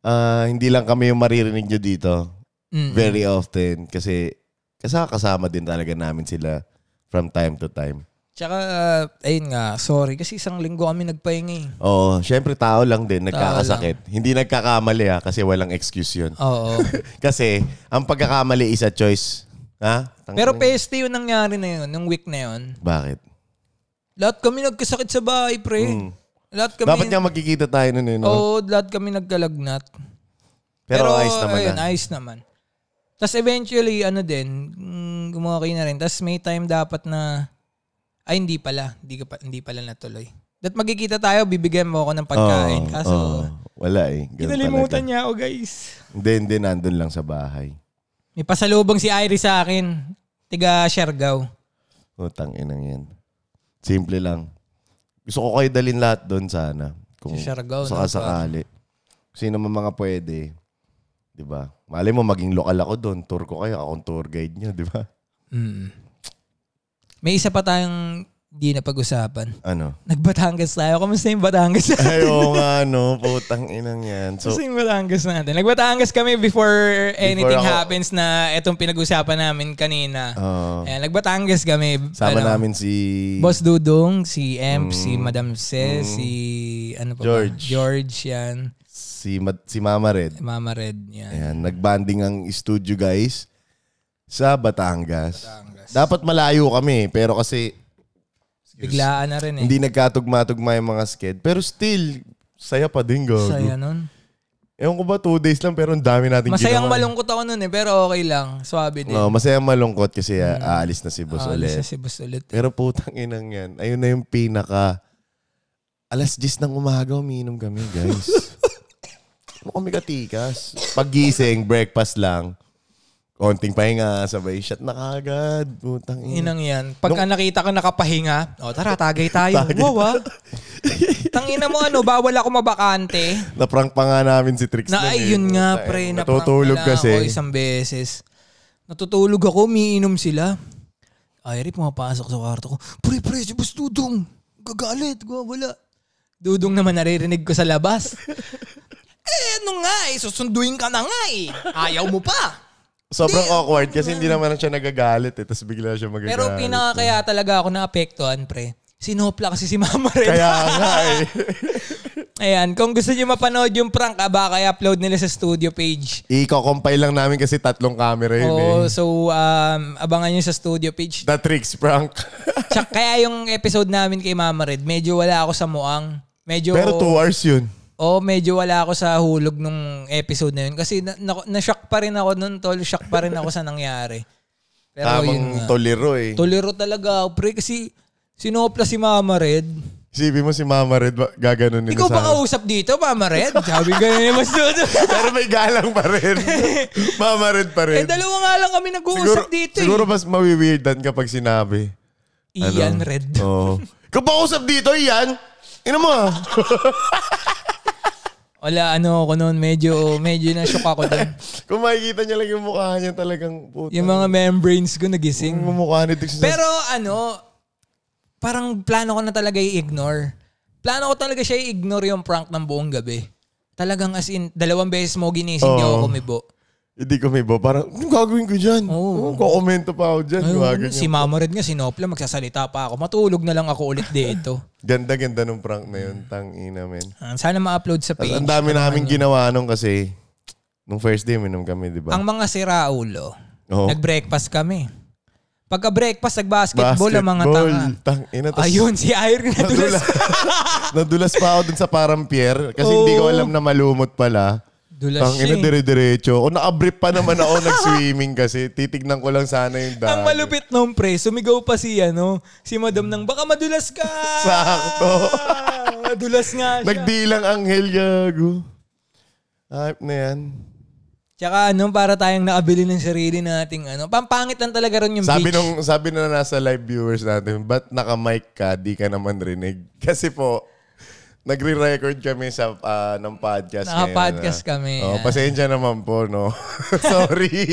Ah, hindi lang kami yung maririnig nyo dito. Mm. Very often. Kasi kasama, kasama din talaga namin sila from time to time. Tsaka, uh, ayun nga, sorry. Kasi isang linggo kami nagpahingi. Oo, syempre tao lang din, nagkakasakit. Hindi nagkakamali ha, kasi walang excuse yun. Oo. kasi ang pagkakamali is a choice. Ha? Tang- Pero peste yung nangyari na yun, nung week na yun. Bakit? Lahat kami nagkasakit sa bahay, pre. Lahat kami... Mm. Dapat nga magkikita tayo nun eh, no? Oo, lahat kami nagkalagnat. Pero, ayos naman ah. ayun, na. ayos naman. Tapos eventually, ano din, mm, gumawa kayo na rin. Tapos may time dapat na, ay hindi pala, hindi, ka pa, hindi pala natuloy. That magkikita tayo, bibigyan mo ako ng pagkain. Oo, Kaso, oo. wala eh. Ganun kinalimutan talaga. niya ako guys. Hindi, hindi, nandun lang sa bahay. May pasalubong si Irie sa akin. Tiga Siargao. Utang Oh, inang yan. Simple lang. Gusto ko kayo dalin lahat doon sana. Kung Si Siargao, saka no? sakali. Sino man mga pwede. Di ba? Mali mo, maging lokal ako doon. Tour ko kayo. Akong tour guide nyo, di ba? Mm. May isa pa tayong di na pag-usapan. Ano? Nag-Batangas tayo. Kamusta yung Batangas? Ay, oo nga, no. Putang inang yan. So, Kasi yung Batangas natin. Nagbatangas kami before anything ako- happens na etong pinag-usapan namin kanina. ah, Ayan, nagbatangas kami. sama Ano, namin si... Mm. Boss Dudong, si Emp, si Madam Se, si ano pa ba? George. George yan. Si, Ma- si Mama Red. Mama Red yan. Ayan, nagbanding ang studio, guys. Sa Batangas. Dapat malayo kami, pero kasi Biglaan na rin eh. Hindi nagkatugma-tugma yung mga sked. Pero still, saya pa din, gago. Saya nun. Ewan ko ba, two days lang, pero ang dami natin Masayang ginawa. malungkot ako nun eh, pero okay lang. Swabe din. No, masayang malungkot kasi ah, aalis na si boss Ah, ulit. alis na si Boss ulit. Pero putang inang yan. Ayun na yung pinaka... Alas 10 ng umaga, umiinom kami, guys. Ano kami katikas? Pagising, breakfast lang. Konting pahinga, sabay shot na kagad. Putang ina. Inang yan. Pagka nakita ko nakapahinga, o oh, tara, tagay tayo. wow ah. Tangina mo ano, bawal ako mabakante. Naprank pa nga namin si Trix. Na nun eh. ay, yun nga, Putang pre. ina. na-prank Natutulog na kasi. Ako isang beses. Natutulog ako, umiinom sila. Ay, Rip, pumapasok sa kwarto ko. Pre, pre, si Boss Dudong. Gagalit, wala. Dudong naman naririnig ko sa labas. eh, ano nga eh, susunduin ka na nga eh. Ayaw mo pa. Sobrang awkward kasi hindi naman siya nagagalit eh. Tapos bigla siya magagalit. Pero pinaka kaya talaga ako naapektuhan, pre. Sinopla kasi si Mama Red. Kaya nga eh. Ayan, kung gusto niyo mapanood yung prank, ah, baka i-upload nila sa studio page. Iko-compile lang namin kasi tatlong camera yun Oo, eh. so um, abangan nyo sa studio page. The tricks prank. Tsaka kaya yung episode namin kay Mama Red, medyo wala ako sa muang. Medyo, Pero two hours yun. oh, medyo wala ako sa hulog nung episode na yun. Kasi na, na, na-shock pa rin ako nun, tol. Shock pa rin ako sa nangyari. Pero yun Tamang nga. tolero eh. Tolero talaga ako, pre. Kasi sinopla si Mama Red. Isipin mo si Mama Red, ba- gaganon nila Ikaw sa ba kausap dito, Mama Red? Sabi ganun ni Mas Dudu. Pero may galang pa rin. Mama Red pa eh, rin. dalawa nga lang kami siguro, nag-uusap dito. eh. siguro mas mawiweirdan kapag sinabi. Ano? Ian Red. Oo. Ikaw ba kausap dito, yan? Ina mo ah. Wala, ano ako noon. Medyo, medyo na-shock ako dun. Kung makikita niya lang yung mukha niya talagang puta. Yung mga membranes ko nagising. Yung mukha ni Dix. Pero ano, parang plano ko na talaga i-ignore. Plano ko talaga siya i-ignore yung prank ng buong gabi. Talagang as in, dalawang beses mo ginising, di ako Oo. kumibo. Hindi ko may bo. Parang, anong gagawin ko dyan? Oo. Oo. kokomento pa ako dyan. Yung Ayun, agad si niya. Mama Red nga, sinopla, magsasalita pa ako. Matulog na lang ako ulit dito. Ganda, ganda nung prank na yun. Tang ina, men. Ah, Sana ma-upload sa Tapos page. ang dami namin ginawa nung kasi, nung first day, minom kami, di ba? Ang mga siraulo, Oo. nag-breakfast kami. Pagka-breakfast, nag-basketball ang mga Basketball. tanga. Tang ina. tas- Ayun, si Irene na Nadulas, nadulas pa ako dun sa parang pier kasi hindi ko Oo. alam na malumot pala. Dulas Tang ina, siya eh. dire-diretso. O nakabrip pa naman ako nag-swimming kasi. Titignan ko lang sana yung daan. Ang malupit nung pre, sumigaw pa si ano, si madam nang baka madulas ka. Sakto. madulas nga siya. Nagdilang ang gago. Hype na yan. Tsaka ano, para tayong nakabili ng sarili nating ano. Pampangit lang talaga ron yung Sabi beach. nung sabi na nasa live viewers natin, ba't naka-mic ka, di ka naman rinig? Kasi po, nagre-record kami sa ah, ng podcast Naka-podcast ngayon, ah. kami, Oh, ah. pasensya naman po, no. Sorry.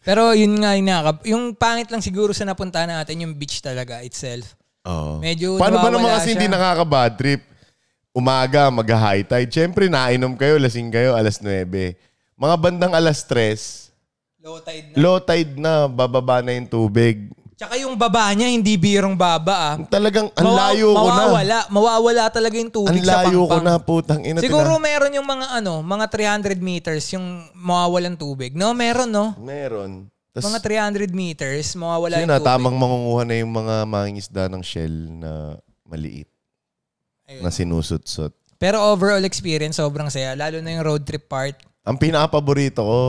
Pero yun nga yung nakakap- Yung pangit lang siguro sa napunta natin, yung beach talaga itself. Oo. Medyo Paano ba naman nawawala kasi siya. hindi nakaka-bad trip? Umaga, mag-high tide. Siyempre, nainom kayo, lasing kayo, alas 9. Mga bandang alas 3, Low tide na. low tide na, bababa na yung tubig. Tsaka yung baba niya, hindi birong baba ah. Talagang ang Mawa- layo ko na. mawawala, Mawawala talaga yung Ang tubig sa layo ko pampang. na, putang ina. Siguro tina- meron yung mga ano, mga 300 meters yung mawawalan tubig. No, meron no. Meron. Tas, Mga 300 meters, mawawala yun yung na, tubig. tamang mangunguha na yung mga mangingisda ng shell na maliit. Ayun. Na sinusot-sot. Pero overall experience, sobrang saya. Lalo na yung road trip part. Ang pinakapaborito ko,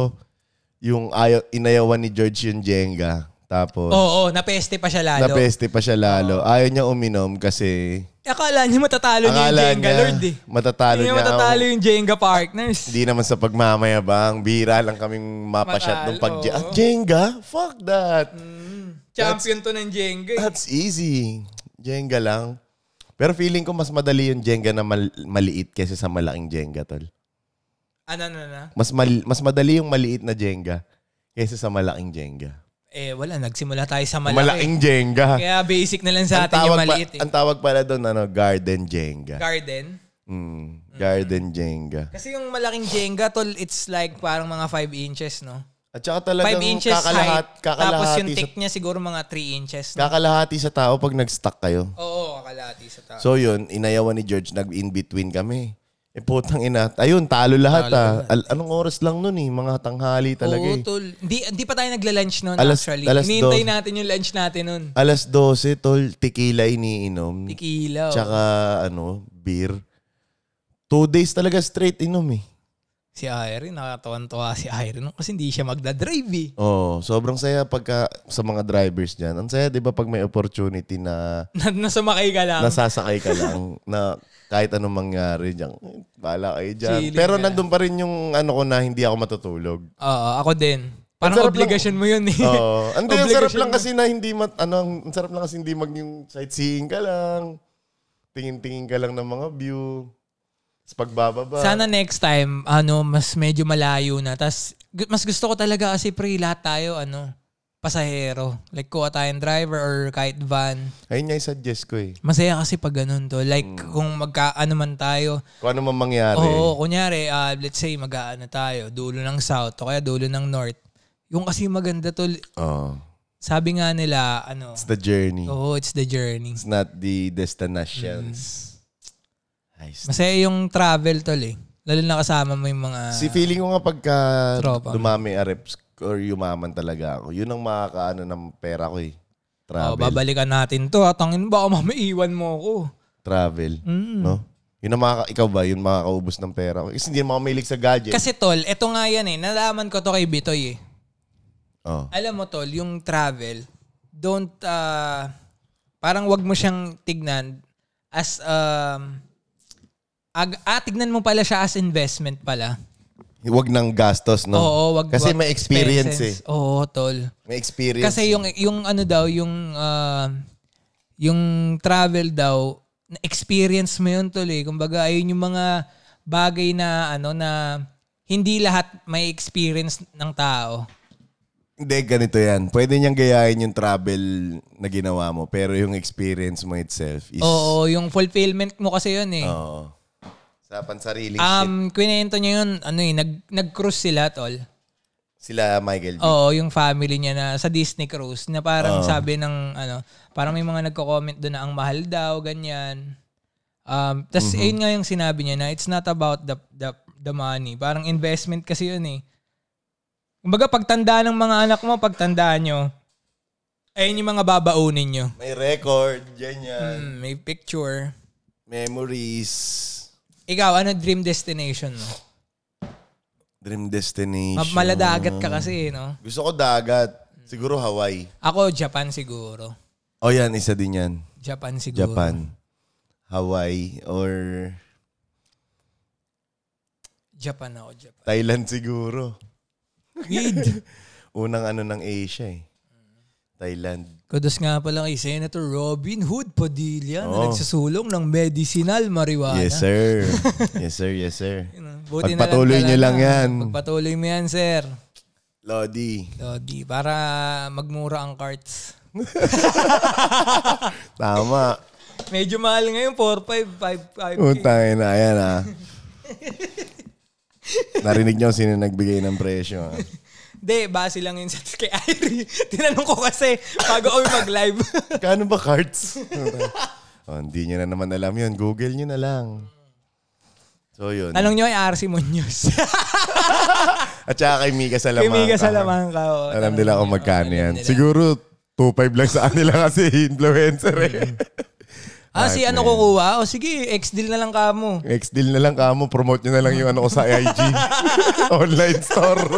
yung ayo, inayawan ni George yung Jenga. Tapos, Oo, oo, napeste pa siya Oh, lalo. napeste pa siya lalo. Ayaw niya uminom kasi Akala niya matatalo niya yung akala Jenga niya Lord eh. matatalo Hindi niya niya. ako. matatalo yung Jenga partners. Hindi naman sa pagmamayabang. Bira lang kaming mapasyat nung pag Matalo. Ah, Jenga? Fuck Mm. that. Champion to ng Jenga. eh. That's easy. Jenga lang. Pero feeling ko mas madali yung Jenga na mal- maliit kaysa sa malaking Jenga, tol. Ano na na? Mas, mal- mas madali yung maliit na Jenga kaysa sa malaking Jenga. Eh wala, nagsimula tayo sa malaki. Malaking Jenga. Kaya basic na lang sa atin yung tawag pa- maliit eh. ang tawag pala doon, ano, garden Jenga. Garden. Mm, garden Jenga. Kasi yung malaking Jenga, tol, it's like parang mga 5 inches, no? At saka 5 talagang inches kakalahat, height. Tapos kakalahati, yung sa, thick niya siguro mga 3 inches. No? kakalahati sa tao pag nag-stuck kayo. Oo, kakalati sa tao. So yun, inayawan ni George, nag-in-between kami. Eh putang ina. Ayun, talo lahat ah. Al- anong oras lang nun eh? Mga tanghali talaga Oo, eh. tol. Hindi, hindi pa tayo nagla-lunch noon Alas- actually. alas Hinihintay dos. natin yung lunch natin noon. Alas 12, tol, tequila iniinom. Tequila. oh. Tsaka ano, beer. Two days talaga straight inom eh. Si Irene, nakatuwan-tuwa si Irene no? kasi hindi siya magdadrive eh. Oo, sobrang saya pagka sa mga drivers dyan. Ang saya, di ba, pag may opportunity na Na- Nasumakay ka lang. nasasakay ka lang na kahit anong mangyari dyan. eh, Bahala kayo dyan. Chilling Pero ka lang. nandun pa rin yung ano ko na hindi ako matutulog. Oo, ako din. Parang sarap lang. obligation mo yun eh. Oo. Hindi, ang sarap Obligation lang mo. kasi na hindi mat, ano, ang sarap lang kasi hindi mag yung sightseeing ka lang. Tingin-tingin ka lang ng mga view. Tapos pagbababa. Sana next time, ano, mas medyo malayo na. Tapos, mas gusto ko talaga kasi pre, lahat tayo, ano, pasahero. Like, kuha tayong driver or kahit van. Ayun nga yung suggest ko eh. Masaya kasi pag ganun to. Like, Hmm. kung magka, ano man tayo. Kung ano man mangyari. Oo, kunyari, ah, let's say, mag-ano tayo, dulo ng south o kaya dulo ng north. Yung kasi maganda to, Oo. sabi nga nila, ano, It's the journey. oh, it's the journey. It's not the destinations. Mm-hmm. Nice. Masaya yung travel tol eh. Lalo na kasama mo yung mga... Si feeling ko nga pagka Tropa. dumami a reps or yumaman talaga ako, yun ang makakaano ng pera ko eh. Oh, Travel. babalikan natin to. At tangin baka mamaiwan mo ako. Travel. Mm. No? Yun ang makaka- ikaw ba? Yun makakaubos ng pera ko. Kasi hindi naman ako mahilig sa gadget. Kasi tol, eto nga yan eh. Nalaman ko to kay Bitoy eh. oh. Alam mo tol, yung travel, don't, ah, parang wag mo siyang tignan as, um, ag, ah, tignan mo pala siya as investment pala. Huwag ng gastos, no? Oo, wag Kasi wag may experience expenses. Oo, tol. eh. May experience. Kasi yung yung ano daw yung ah, yung travel daw na experience mo yun tol eh. Kumbaga ayun yung mga bagay na ano na hindi lahat may experience ng tao. Hindi, ganito yan. Pwede niyang gayahin yung travel na ginawa mo, pero yung experience mo itself is... Oo, yung fulfillment mo kasi yun eh. Oo. Sa pansariling shit. Um, kwento niya yun, ano eh, nag, nag-cruise sila, tol. Sila Michael B. Oo, yung family niya na sa Disney cruise na parang sabi ng ano, parang may mga nagko-comment doon na ang mahal daw ganyan. Um, tas ayun nga yung sinabi niya na it's not about the the the money. Parang investment kasi yun eh. Kumbaga pagtanda ng mga anak mo, pagtanda nyo, ayun yung mga babaunin nyo. May record, ganyan. Mm, may picture. Memories. Ikaw, ano dream destination mo? Dream destination. Ma- Maladagat ka kasi, eh, no? Gusto ko dagat. Siguro Hawaii. Ako, Japan siguro. O yan, isa din yan. Japan siguro. Japan. Hawaii or Japan ako, Japan. Thailand siguro. Weed. Unang ano ng Asia eh. Thailand. Kudos nga pala kay Senator Robin Hood Padilla Oo. na nagsusulong ng medicinal marijuana. Yes, sir. yes, sir. Yes, sir. Yun, ah. Buti na Pagpatuloy talaga. niyo lang yan. Pagpatuloy mo yan, sir. Lodi. So, di, para magmura ang carts. Tama. Medyo mahal ngayon, 4, 5, 5, 5. Utangin na. Ayan ah. Narinig niyo sino nagbigay ng presyo. ah. Hindi, base lang yun sa kay Irie. Tinanong ko kasi bago kami mag-live. Kano ba cards? oh, hindi niyo na naman alam yun. Google niyo na lang. So yun. Tanong nyo kay RC Munoz. At saka kay Mika Salamanca. kay Mika Salamanca. Oh, Alam nila kung magkano yan. Siguro 2.5 lang sa kanila kasi influencer eh. Ah, si ano kukuha? O sige, ex-deal na lang ka mo. Ex-deal na lang kamo. Promote nyo na lang yung ano ko sa IG. Online store.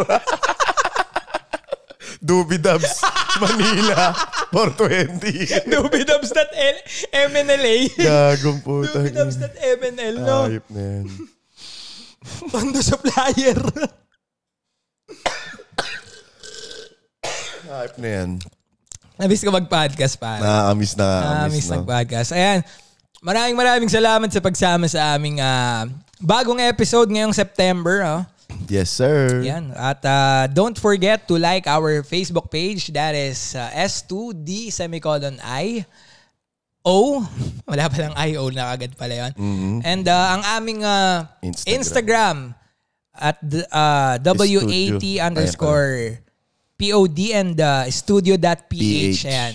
Doobie Dubs, Manila, 420. Dubidubs.l MNLA. Gagong puta. Dubidubs.mnl, no? Ayop na yan. Pondo supplier. Ayop na yan. Nabis ka mag-podcast, pare. Nakakamiss na. Nakakamiss Nakamiss na. ng podcast. Ayan. Maraming maraming salamat sa pagsama sa aming ah, bagong episode ngayong September. Oh. Yes, sir. Yan. At ah, don't forget to like our Facebook page. That is ah, S2D semicolon I. O. Wala palang I-O na agad pala yun. And ah, ang aming ah, Instagram. Instagram. at the, ah, Studio. WAT underscore POD and uh, studio.ph. PH. Ayan.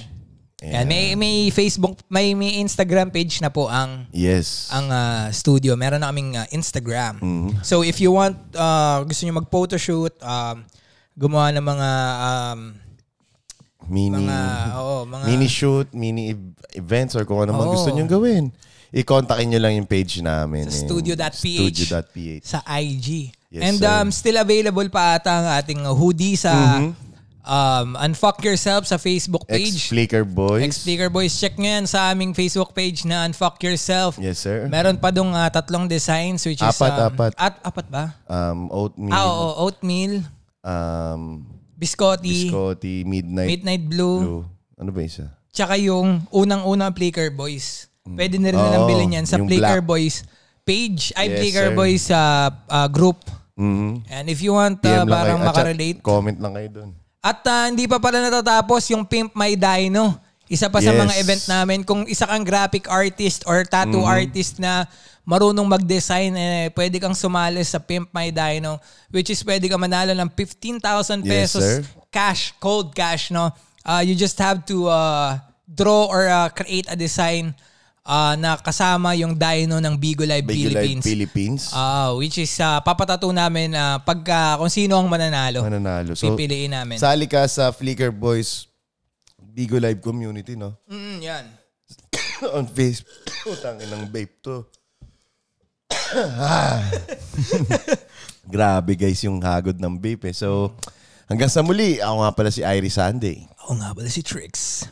Ayan. May, may Facebook, may, may Instagram page na po ang Yes. ang ah, studio. Meron na kaming ah, Instagram. Mm-hmm. So if you want, ah, gusto nyo mag-photoshoot, um, gumawa ng mga, um, mini, mga, oo, mga, Mm-hmm. mini shoot, mini ev- events or kung ano man Oo. gusto nyo gawin. I-contactin nyo lang yung page namin. eh. Sa yung studio.ph. Studio.ph. sa IG. Yes, And sir. um, still available pa ata ang ating ah, hoodie sa Mm-hmm. um, Unfuck Yourself sa Facebook page. Ex-Flicker Boys. Ex-Flicker Boys, check nyo yan sa aming Facebook page na Unfuck Yourself. Yes, sir. Meron pa dong ah, tatlong designs which is... Apat, um, apat. At, apat ba? um, oatmeal, Ah, oo, oatmeal, um, biscotti, biscotti, midnight, midnight blue, blue. Ano ba isa? tsaka yung unang-unang Flickr Boys. Pwede na rin nilang Oo, bilhin yan sa Oh, yung black. Flickr Boys page. Ay, Yes, Flickr sir. Boys sa ah, group. Mhm. And if you want PM ah, lang parang kayo. At sa- makarelate. Comment lang kayo doon. At ah, hindi pa pala natatapos yung Pimp My Dino. Isa pa sa Yes. Mhm. mga event namin. Kung isa kang graphic artist or tattoo artist na marunong mag-design, eh, pwede kang sumali sa Pimp My Dino, which is pwede ka manalo ng Yes, 15,000 pesos sir. cash, cold cash, no? Uh, you just have to uh, draw or uh, create a design uh, na kasama yung dino ng Bigo Live Bago Live Philippines. Philippines. Ah, which is uh, papatato namin ah, pagka kung sino ang mananalo. mananalo. So, pipiliin namin. sali ka sa Flicker Boys Bigo Live Community, no? Mm, yan. On Facebook. Utangin ng vape to. Grabe guys yung hagod ng vape eh. So, hanggang sa muli, ako nga pala si Irie Sunday. Ako nga pala si Trix.